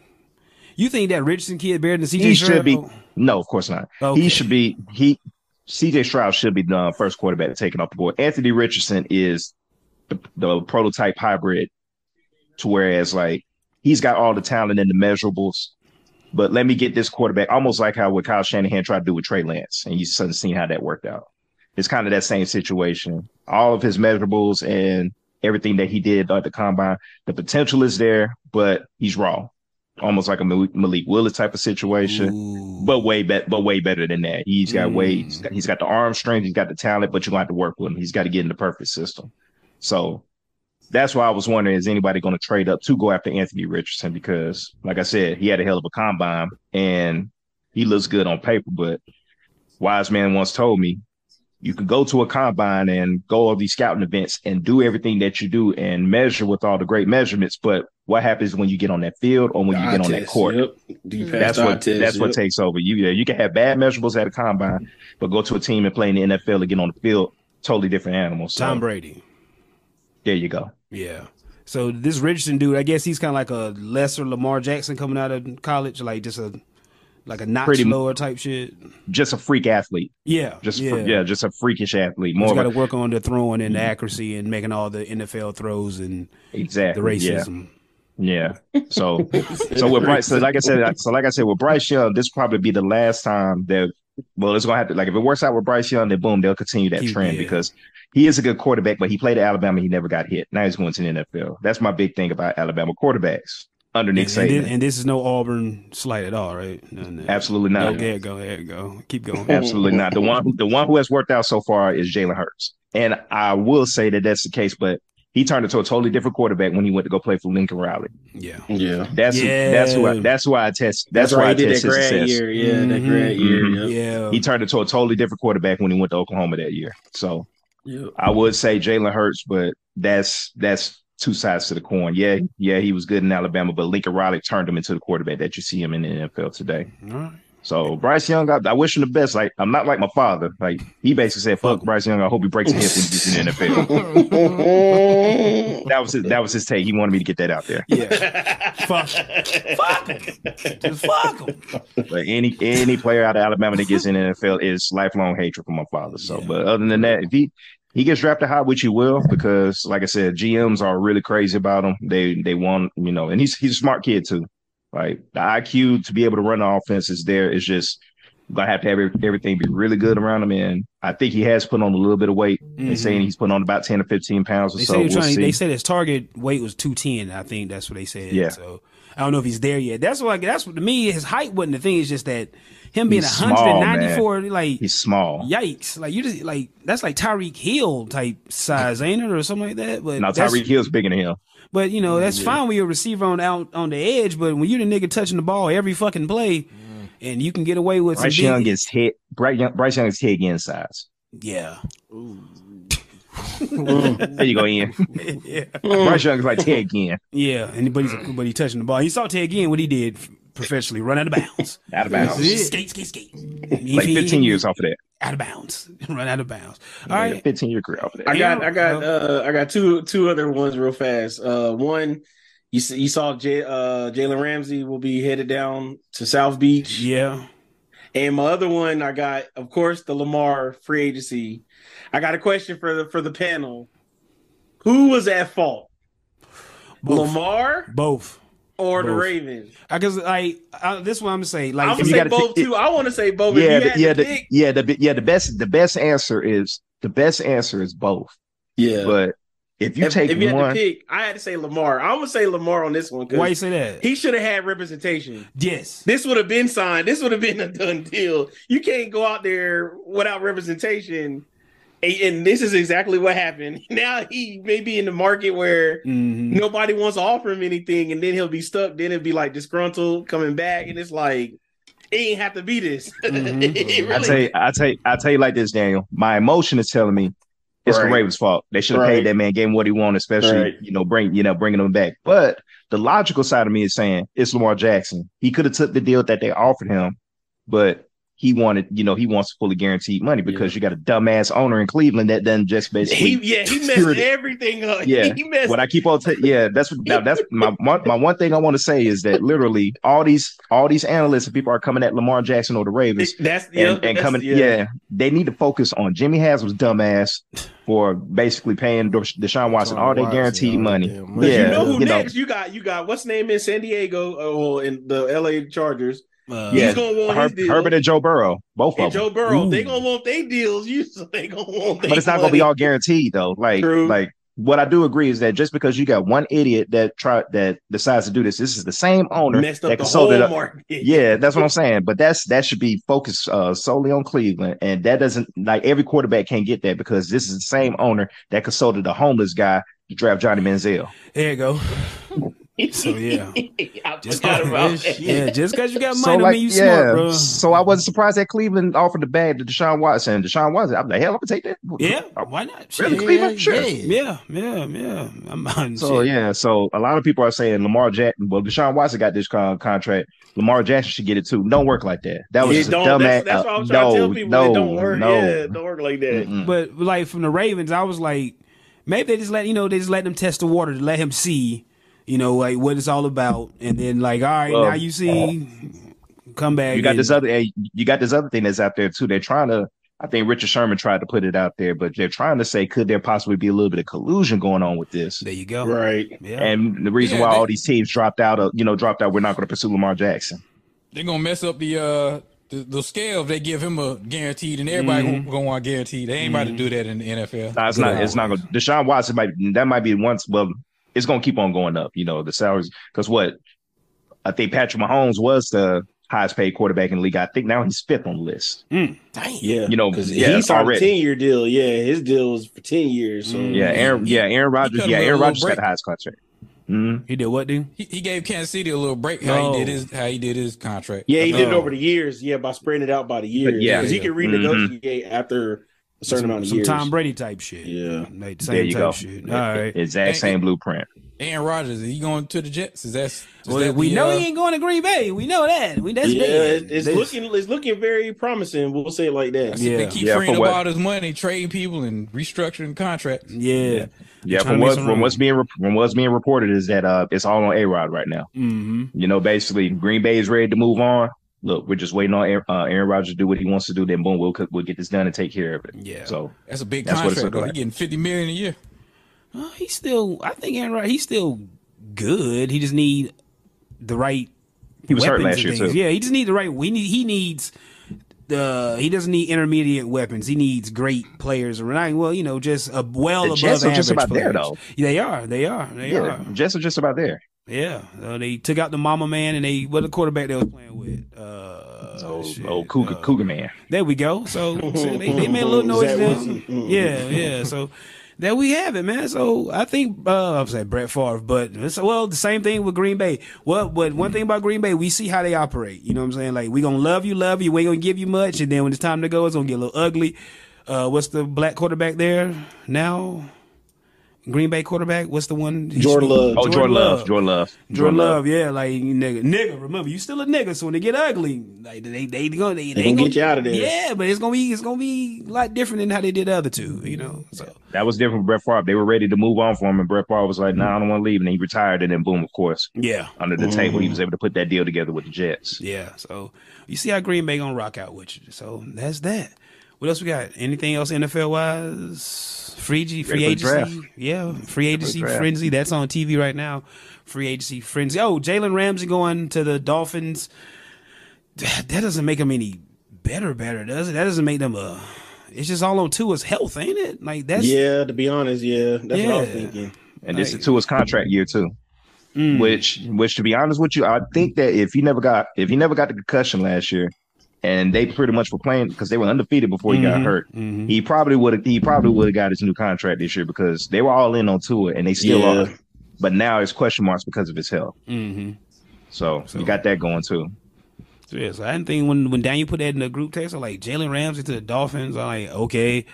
[SPEAKER 2] You think that Richardson kid better than C.J.
[SPEAKER 10] He
[SPEAKER 2] Stroud?
[SPEAKER 10] should be no, of course not. He should be he. C.J. Stroud should be the uh, first quarterback taken off the board. Anthony Richardson is the, the prototype hybrid, to whereas like he's got all the talent and the measurables. But let me get this quarterback, almost like how what Kyle Shanahan tried to do with Trey Lance, and you suddenly seen how that worked out. It's kind of that same situation. All of his measurables and everything that he did at the combine, the potential is there, but he's raw, almost like a Malik Malik Willis type of
[SPEAKER 2] Mm-hmm.
[SPEAKER 10] situation, but way better, but way better than that. He's got way, he's got, he's got the arm strength, he's got the talent, but you gonna have to work with him. He's got to get in the perfect system. So that's why I was wondering is anybody going to trade up to go after Anthony Richardson because, like I said, he had a hell of a combine and he looks good on paper. But wise man once told me you can go to a combine and go all these scouting events and do everything that you do and measure with all the great measurements. But what happens when you get on that field or when you
[SPEAKER 6] Eye
[SPEAKER 10] get on that
[SPEAKER 6] test,
[SPEAKER 10] court?
[SPEAKER 6] yep. Do you pass
[SPEAKER 10] That's
[SPEAKER 6] the eye
[SPEAKER 10] what
[SPEAKER 6] test,
[SPEAKER 10] that's what
[SPEAKER 6] yep.
[SPEAKER 10] takes over. You yeah, you can have bad measurables at a combine, but go to a team and play in the NFL and get on the field, totally different animals. So,
[SPEAKER 2] Tom Brady.
[SPEAKER 10] There you go.
[SPEAKER 2] Yeah. So this Richardson dude, I guess he's kind of like a lesser Lamar Jackson coming out of college, like just a like a notch
[SPEAKER 10] Pretty-
[SPEAKER 2] lower type shit.
[SPEAKER 10] Just a freak athlete.
[SPEAKER 2] Yeah,
[SPEAKER 10] Just
[SPEAKER 2] yeah.
[SPEAKER 10] yeah, yeah just a freakish athlete.
[SPEAKER 2] More
[SPEAKER 10] More
[SPEAKER 2] got to
[SPEAKER 10] of a,
[SPEAKER 2] work on the throwing and the accuracy and making all the NFL throws and
[SPEAKER 10] exactly
[SPEAKER 2] the
[SPEAKER 10] yeah.
[SPEAKER 2] racism.
[SPEAKER 10] Yeah. So so with Bryce, so like I said, so like I said, with Bryce Young, this probably be the last time that well, it's gonna have to like if it works out with Bryce Young, then boom, they'll continue that
[SPEAKER 12] Keep-
[SPEAKER 10] trend
[SPEAKER 12] yeah.
[SPEAKER 10] because he is a good quarterback, but he played at Alabama, he never got hit. Now he's going to the NFL. That's my big thing about Alabama quarterbacks under Nick
[SPEAKER 2] And, and,
[SPEAKER 10] Saban.
[SPEAKER 2] this, and this is no Auburn slight at all, right? No, no.
[SPEAKER 10] Absolutely not.
[SPEAKER 2] Go, there, go, there, go. Keep going.
[SPEAKER 10] Absolutely not. The one the one who has worked out so far is Jalen Hurts, and I will say that that's the case. But he turned into a totally different quarterback when he went to go play for Lincoln Riley.
[SPEAKER 2] Yeah,
[SPEAKER 6] yeah.
[SPEAKER 10] That's
[SPEAKER 6] Yeah.
[SPEAKER 10] that's who I, that's why I test.
[SPEAKER 6] That's
[SPEAKER 10] That's,
[SPEAKER 6] why
[SPEAKER 10] why
[SPEAKER 6] he
[SPEAKER 10] I
[SPEAKER 6] did
[SPEAKER 10] test
[SPEAKER 6] that
[SPEAKER 10] his
[SPEAKER 6] grad
[SPEAKER 10] success.
[SPEAKER 6] year. Yeah, that grad year,
[SPEAKER 10] Mhm.
[SPEAKER 2] Yeah.
[SPEAKER 10] He turned into a totally different quarterback when he went to Oklahoma that year. So
[SPEAKER 6] Yep.
[SPEAKER 10] I would say Jalen Hurts, but that's that's two sides to the coin. Yeah, yeah, he was good in Alabama, but Lincoln Riley turned him into the quarterback that you see him in the NFL today. So Bryce Young, I, I wish him the best. Like I'm not like my father. Like he basically said, "Fuck Bryce Young. I hope he breaks his hip when he gets in
[SPEAKER 6] Mm-hmm.
[SPEAKER 10] the NFL." that was his, that was his take. He wanted me to get that out there.
[SPEAKER 2] fuck, fuck him, fuck him.
[SPEAKER 10] But any any player out of Alabama that gets in the NFL is lifelong hatred for my father. So, but other than that, if he he gets drafted high, which he will, because like I said, GMs are really crazy about him. They they want you know, and he's he's a smart kid too. Like the IQ to be able to run the offense is there. It's just gonna have to have every- everything be really good around him. And I think he has put on a little bit of weight. They're
[SPEAKER 2] Mhm.
[SPEAKER 10] saying he's putting on about ten or fifteen pounds or
[SPEAKER 2] They,
[SPEAKER 10] so.
[SPEAKER 2] said he was
[SPEAKER 10] We'll
[SPEAKER 2] trying,
[SPEAKER 10] see.
[SPEAKER 2] they said his target weight was 210. I think that's what they said.
[SPEAKER 10] Yeah.
[SPEAKER 2] So I don't know if he's there yet. That's what that's what to me his height wasn't the thing. It's just that him being
[SPEAKER 10] He's small,
[SPEAKER 2] 194,
[SPEAKER 10] man.
[SPEAKER 2] like
[SPEAKER 10] he's small.
[SPEAKER 2] yikes, like you just like that's like Tyreek Hill type size, ain't it, or something like that? But
[SPEAKER 10] Now
[SPEAKER 2] that's-
[SPEAKER 10] Tyreek Hill's bigger than him.
[SPEAKER 2] But you know that's
[SPEAKER 10] Yeah.
[SPEAKER 2] fine when you're a receiver on out on the edge. But when you the nigga touching the ball every fucking play, and you can get away with
[SPEAKER 10] Bryce
[SPEAKER 2] some
[SPEAKER 10] Young
[SPEAKER 2] big-
[SPEAKER 10] is head. Bryce Young, Bryce Young is head in size.
[SPEAKER 2] yeah.
[SPEAKER 10] There you go, Ian.
[SPEAKER 2] yeah.
[SPEAKER 10] Bryce Young is like Ted again.
[SPEAKER 2] Yeah, and but he's but he touching the ball. He saw Ted again what he did professionally, run out of bounds.
[SPEAKER 10] Out of bounds.
[SPEAKER 2] That's it. Skate, skate, skate.
[SPEAKER 10] like 15 years off of that.
[SPEAKER 2] Out of bounds. Run out of bounds. All
[SPEAKER 10] Like a
[SPEAKER 2] right.
[SPEAKER 10] 15 year career off of that.
[SPEAKER 6] I got I got uh I got two two other ones real fast. Uh one You see, you saw J, uh, Jalen Ramsey will be headed down to South Beach.
[SPEAKER 2] Yeah.
[SPEAKER 6] And my other one, I got, of course, the Lamar free agency. I got a question for the for the panel. Who was at fault?
[SPEAKER 2] Both.
[SPEAKER 6] Lamar
[SPEAKER 2] Both.
[SPEAKER 6] or the
[SPEAKER 2] Both.
[SPEAKER 6] Ravens?
[SPEAKER 2] I guess like I, this is what I'm gonna say. Like
[SPEAKER 6] I'm
[SPEAKER 2] if
[SPEAKER 6] gonna
[SPEAKER 2] you
[SPEAKER 6] say
[SPEAKER 2] gotta
[SPEAKER 6] both
[SPEAKER 2] pick-
[SPEAKER 6] too. I want to say both. If
[SPEAKER 10] yeah,
[SPEAKER 6] you
[SPEAKER 10] the,
[SPEAKER 6] had to
[SPEAKER 10] yeah, the,
[SPEAKER 6] pick,
[SPEAKER 10] yeah, the yeah. The best, the best answer is the best answer is both.
[SPEAKER 6] Yeah,
[SPEAKER 10] but if you
[SPEAKER 6] if,
[SPEAKER 10] take
[SPEAKER 6] if you had
[SPEAKER 10] one,
[SPEAKER 6] to pick, I had to say Lamar. I'm gonna say Lamar on this one. 'cause
[SPEAKER 10] Why you say that?
[SPEAKER 6] He should have had representation.
[SPEAKER 2] Yes.
[SPEAKER 6] This would have been signed. This would have been a done deal. You can't go out there without representation. And, and this is exactly what happened. Now he may be in the market where nobody wants to offer him anything, and then he'll be stuck. Then it'll be like disgruntled coming back, and it's like it ain't have to be this. It
[SPEAKER 10] Mm-hmm. I
[SPEAKER 6] really-
[SPEAKER 10] tell you, I tell you, I tell you like this, Daniel. My emotion is telling me it's the
[SPEAKER 6] Right.
[SPEAKER 10] Ravens' fault. They should have
[SPEAKER 6] Right.
[SPEAKER 10] paid that man, gave him what he wanted, especially
[SPEAKER 6] Right.
[SPEAKER 10] you know, bring you know, bringing him back. But the logical side of me is saying it's Lamar Jackson. He could have took the deal that they offered him, but he wanted, you know, he wants fully guaranteed money because you got a dumbass owner in Cleveland that then just basically
[SPEAKER 6] he yeah he messed
[SPEAKER 10] secured it.
[SPEAKER 6] everything up.
[SPEAKER 10] Yeah,
[SPEAKER 6] he messed
[SPEAKER 10] what I keep on, ta- yeah, that's what now that's my one, my one thing I want to say is that literally all these all these analysts and people are coming at Lamar Jackson or the Ravens.
[SPEAKER 6] That's
[SPEAKER 10] and,
[SPEAKER 6] yeah,
[SPEAKER 10] and
[SPEAKER 6] that's-
[SPEAKER 10] coming, yeah. they need to focus on Jimmy Haslam's dumbass for basically paying Desha- Deshaun Watson all their guaranteed money.
[SPEAKER 6] But
[SPEAKER 10] Yeah,
[SPEAKER 6] you know who next? You got you got what's name in San Diego uh, well, in the LA Chargers.
[SPEAKER 10] yeah,
[SPEAKER 2] Uh,
[SPEAKER 6] He's gonna want
[SPEAKER 10] Her-
[SPEAKER 6] his deal.
[SPEAKER 10] Herbert and Joe Burrow, both
[SPEAKER 6] and
[SPEAKER 10] of them.
[SPEAKER 6] Joe Burrow. They gonna want their deals. You so they gonna want. They
[SPEAKER 10] but it's not gonna
[SPEAKER 6] money.
[SPEAKER 10] be all guaranteed though. Like like what I do agree is that just because you got one idiot that try that decides to do this, this is the same owner
[SPEAKER 6] Messed up
[SPEAKER 10] that
[SPEAKER 6] the
[SPEAKER 10] consulted
[SPEAKER 6] whole
[SPEAKER 10] a-
[SPEAKER 6] market.
[SPEAKER 10] Yeah, that's what I'm saying. But that's that should be focused uh, solely on Cleveland, and that doesn't like every quarterback can't get that because this is the same owner that consulted a homeless guy to draft Johnny Manziel.
[SPEAKER 2] There you go. So yeah. just got
[SPEAKER 6] about that.
[SPEAKER 2] Yeah, just because you got money
[SPEAKER 10] So
[SPEAKER 2] don't
[SPEAKER 10] like,
[SPEAKER 2] mean you
[SPEAKER 10] yeah.
[SPEAKER 2] smart, bro.
[SPEAKER 10] So I wasn't surprised that Cleveland offered the bag to Deshaun Watson. Deshaun Watson, I'm like, hell, I'm gonna take that.
[SPEAKER 2] Yeah, why not?
[SPEAKER 10] Really,
[SPEAKER 2] Shit.
[SPEAKER 10] Cleveland? Sure.
[SPEAKER 2] Yeah, yeah, yeah. I'm on
[SPEAKER 10] So
[SPEAKER 2] shit.
[SPEAKER 10] yeah, so a lot of people are saying Lamar Jackson. Well, Deshaun Watson got this con- contract. Lamar Jackson should get it too. Don't work like that. That was
[SPEAKER 6] It
[SPEAKER 10] just a
[SPEAKER 6] don't-
[SPEAKER 10] dumb
[SPEAKER 6] that's-
[SPEAKER 10] act-
[SPEAKER 6] that's
[SPEAKER 10] uh,
[SPEAKER 6] what I'm trying to tell
[SPEAKER 10] no,
[SPEAKER 6] people.
[SPEAKER 10] No,
[SPEAKER 6] It don't work.
[SPEAKER 10] No.
[SPEAKER 6] Yeah, it don't work like that.
[SPEAKER 10] Mm.
[SPEAKER 2] But like from the Ravens, I was like, maybe they just let you know they just let them test the water to let him see, you know, like what it's all about, and then like, all right,
[SPEAKER 10] Well,
[SPEAKER 2] now you see, come back.
[SPEAKER 10] You got
[SPEAKER 2] and-
[SPEAKER 10] this other. eh, You got this other thing that's out there too. They're trying to. I think Richard Sherman tried to put it out there, but they're trying to say, could there possibly be a little bit of collusion going on with this? There
[SPEAKER 2] you go.
[SPEAKER 6] Right.
[SPEAKER 2] Yeah.
[SPEAKER 10] And the reason
[SPEAKER 4] Yeah,
[SPEAKER 10] why
[SPEAKER 4] they-
[SPEAKER 10] all these teams dropped out of, you know, dropped out. We're not going to pursue Lamar Jackson.
[SPEAKER 4] They're gonna mess up the uh the, the scale if they give him a guaranteed, and everybody
[SPEAKER 10] Mhm.
[SPEAKER 4] gonna want guaranteed. They ain't about to do that in the NFL.
[SPEAKER 10] Nah, it's not. It's not going. to Deshaun Watson might. That might be once. Well, it's going to keep on going up. You know the salaries. Because what I think Patrick Mahomes was the highest paid quarterback in the league. I think now he's fifth on the list.
[SPEAKER 6] Yeah,
[SPEAKER 10] You know,
[SPEAKER 6] because
[SPEAKER 10] yeah,
[SPEAKER 6] he signed
[SPEAKER 10] already.
[SPEAKER 6] a ten year deal. Yeah, his deal was for ten years. So
[SPEAKER 2] Mm-hmm.
[SPEAKER 10] Yeah, Aaron. Yeah, Aaron Rodgers.
[SPEAKER 4] could've
[SPEAKER 10] Yeah,
[SPEAKER 4] had a
[SPEAKER 10] Aaron
[SPEAKER 4] little
[SPEAKER 10] Rodgers got
[SPEAKER 4] break.
[SPEAKER 10] the highest contract. Mm-hmm.
[SPEAKER 2] He did what, dude?
[SPEAKER 4] He, he gave Kansas City a little break how
[SPEAKER 10] No.
[SPEAKER 4] he did his how he did his contract.
[SPEAKER 6] Yeah, he did it
[SPEAKER 4] No.
[SPEAKER 6] over the years. Yeah, by spreading it out by the years.
[SPEAKER 4] yeah.
[SPEAKER 6] because he can renegotiate after a certain
[SPEAKER 2] some,
[SPEAKER 6] amount of
[SPEAKER 2] some
[SPEAKER 6] years.
[SPEAKER 2] Tom Brady type shit.
[SPEAKER 6] Yeah,
[SPEAKER 2] like,
[SPEAKER 10] there
[SPEAKER 2] same
[SPEAKER 10] you
[SPEAKER 2] type
[SPEAKER 10] go.
[SPEAKER 2] shit.
[SPEAKER 10] Yeah,
[SPEAKER 2] All right,
[SPEAKER 10] Exact same blueprint.
[SPEAKER 4] Aaron Rodgers, is he going to the Jets? Is that, is
[SPEAKER 2] Well,
[SPEAKER 4] that
[SPEAKER 2] we
[SPEAKER 4] the,
[SPEAKER 2] know
[SPEAKER 4] uh,
[SPEAKER 2] he ain't going to Green Bay. We know that. We that's
[SPEAKER 6] yeah,
[SPEAKER 2] big.
[SPEAKER 6] it- it's
[SPEAKER 2] They-
[SPEAKER 6] looking it's looking very promising. We'll say it like that.
[SPEAKER 4] They keep freeing up all this money, trading people and restructuring contracts.
[SPEAKER 2] Yeah.
[SPEAKER 10] Yeah, from what from what's being rep- from what's being reported is that uh it's all on A Rod right now.
[SPEAKER 2] Mm-hmm.
[SPEAKER 10] You know, basically Green Bay is ready to move on. Look, we're just waiting on Aaron, uh, Aaron Rodgers to do what he wants to do. Then boom, we'll cook- we'll get this done and take care of it.
[SPEAKER 2] Yeah.
[SPEAKER 10] So
[SPEAKER 4] That's a big
[SPEAKER 10] That's what it's
[SPEAKER 4] contract.
[SPEAKER 10] looking
[SPEAKER 4] Though. He
[SPEAKER 10] like.
[SPEAKER 4] getting fifty million a year.
[SPEAKER 2] Oh, he's still. I think Aaron Rodgers. He's still good. He just need the right.
[SPEAKER 10] He was hurt
[SPEAKER 2] weapons
[SPEAKER 10] last
[SPEAKER 2] and
[SPEAKER 10] year,
[SPEAKER 2] things.
[SPEAKER 10] too.
[SPEAKER 2] Yeah, he just need the right. We need. He needs. The he doesn't need intermediate weapons. He needs great players around. Well, you know, just a well
[SPEAKER 10] The
[SPEAKER 2] above
[SPEAKER 10] Jets are
[SPEAKER 2] average.
[SPEAKER 10] just about there,
[SPEAKER 2] players.
[SPEAKER 10] though.
[SPEAKER 2] Yeah, they are. They are. They
[SPEAKER 10] yeah,
[SPEAKER 2] are.
[SPEAKER 10] Jets are just about there.
[SPEAKER 2] Yeah. Uh, they took out the mama man and they what the quarterback they was playing with. Uh,
[SPEAKER 10] oh, Cougar, Cougar man.
[SPEAKER 2] There we go. So, so they, they made a little noise
[SPEAKER 10] Zach
[SPEAKER 2] there.
[SPEAKER 10] Wilson.
[SPEAKER 2] Yeah, yeah. So there we have it, man. So I think uh, I'm saying Brett Favre, but it's, well, the same thing with Green Bay. Well, but one thing about Green Bay, we see how they operate. You know what I'm saying? Like we gonna love you, love you. We ain't gonna give you much, and then when it's time to go, it's gonna get a little ugly. Uh, what's the black quarterback there now? Green Bay quarterback? What's the one? he
[SPEAKER 10] Jordan
[SPEAKER 2] smoked?
[SPEAKER 10] Love. Oh, Jordan Love. Jordan Love.
[SPEAKER 2] Jordan
[SPEAKER 10] Jordan
[SPEAKER 2] Love. Yeah, like you nigga, nigga. Remember, you still a nigga. So when they get ugly, like they they gonna they,
[SPEAKER 10] They gonna get you out of there.
[SPEAKER 2] Yeah, but it's gonna be it's gonna be a lot different than how they did the other two. You know. So
[SPEAKER 10] That was different with Brett Favre. They were ready to move on from him, and Brett Favre was like, "No, nah, I don't want to leave." And he retired, and then boom, of course,
[SPEAKER 2] Yeah.
[SPEAKER 10] under the table, he
[SPEAKER 2] Mhm.
[SPEAKER 10] was able to put that deal together with the Jets.
[SPEAKER 2] yeah, so you see how Green Bay gonna rock out with you. So that's that. What else we got? Anything else NFL wise? Free G, free
[SPEAKER 10] Ready for the
[SPEAKER 2] agency,
[SPEAKER 10] draft.
[SPEAKER 2] yeah. Free
[SPEAKER 10] Ready for the
[SPEAKER 2] agency
[SPEAKER 10] draft.
[SPEAKER 2] frenzy. That's on TV right now. Free agency frenzy. Oh, Jalen Ramsey going to the Dolphins. That that doesn't make them any better. Better does it? That doesn't make them a. It's just all on Tua's health, ain't it? Like that's
[SPEAKER 6] yeah, to be honest, yeah, that's what I was
[SPEAKER 2] Yeah.
[SPEAKER 6] thinking.
[SPEAKER 10] And this is to his contract year too.
[SPEAKER 2] mm, Hmm.
[SPEAKER 10] Which, which to be honest with you, I think that if he never got if he never got the concussion last year, and they pretty much were playing because they were undefeated before he got
[SPEAKER 12] Mhm,
[SPEAKER 10] hurt,
[SPEAKER 2] mm-hmm,
[SPEAKER 10] he probably would have he probably would have got his new contract this year because they were all in on tour and they still
[SPEAKER 6] Yeah.
[SPEAKER 10] are. But now it's question marks because of his health.
[SPEAKER 2] Mm-hmm.
[SPEAKER 10] So, you got that going too.
[SPEAKER 2] So, yeah, so I didn't think when when Daniel put that in the group text, I'm like Jalen Ramsey to the Dolphins. I'm like, okay,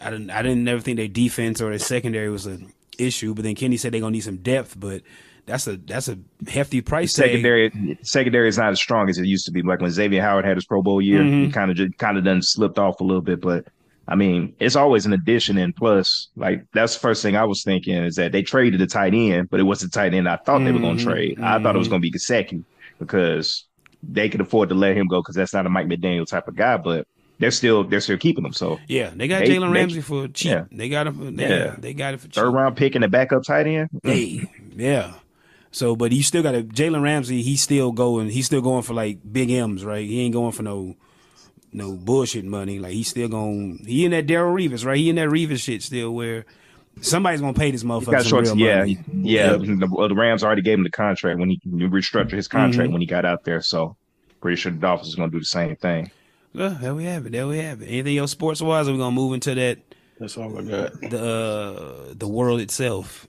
[SPEAKER 2] I didn't I didn't ever think their defense or their secondary was an issue, but then Kenny said they're gonna need some depth, but that's a that's a hefty price tag.
[SPEAKER 10] Secondary secondary is not as strong as it used to be. Like when Xavier Howard had his Pro Bowl year,
[SPEAKER 2] Mhm.
[SPEAKER 10] he kind of just kind of done slipped off a little bit. But I mean, it's always an addition and plus. Like that's the first thing I was thinking is that they traded the tight end, but it wasn't the tight end I thought they were going
[SPEAKER 12] Mhm.
[SPEAKER 10] to trade. I thought it was
[SPEAKER 12] Mhm.
[SPEAKER 10] going to be Gasecki because they could afford to let him go because that's not a Mike McDaniel type of guy. But they're still they're still keeping him. So
[SPEAKER 2] Yeah, they got
[SPEAKER 10] They-
[SPEAKER 2] Jalen
[SPEAKER 10] they-
[SPEAKER 2] Ramsey for cheap.
[SPEAKER 10] yeah.
[SPEAKER 2] They got him. For, they,
[SPEAKER 10] Yeah.
[SPEAKER 2] they got it for cheap.
[SPEAKER 10] third round pick and a backup tight end. Mm.
[SPEAKER 2] Hey, yeah. So, but you still got a Jalen Ramsey. He's still going. He's still going for like big M's, right? He ain't going for no no bullshit money. Like he's still going. He in that Daryl Reeves, right? He in that Reeves shit still. Where somebody's gonna pay this
[SPEAKER 10] He's
[SPEAKER 2] motherfucker
[SPEAKER 10] got
[SPEAKER 2] some
[SPEAKER 10] short,
[SPEAKER 2] real
[SPEAKER 10] yeah,
[SPEAKER 2] money.
[SPEAKER 10] yeah. The, the Rams already gave him the contract when he restructured his contract
[SPEAKER 2] Mhm.
[SPEAKER 10] when he got out there. So pretty sure the Dolphins is going to do the same thing.
[SPEAKER 2] Well, there we have it. There we have it. Anything else sports wise? We're gonna move into that.
[SPEAKER 6] That's all I got.
[SPEAKER 2] The uh, the world itself.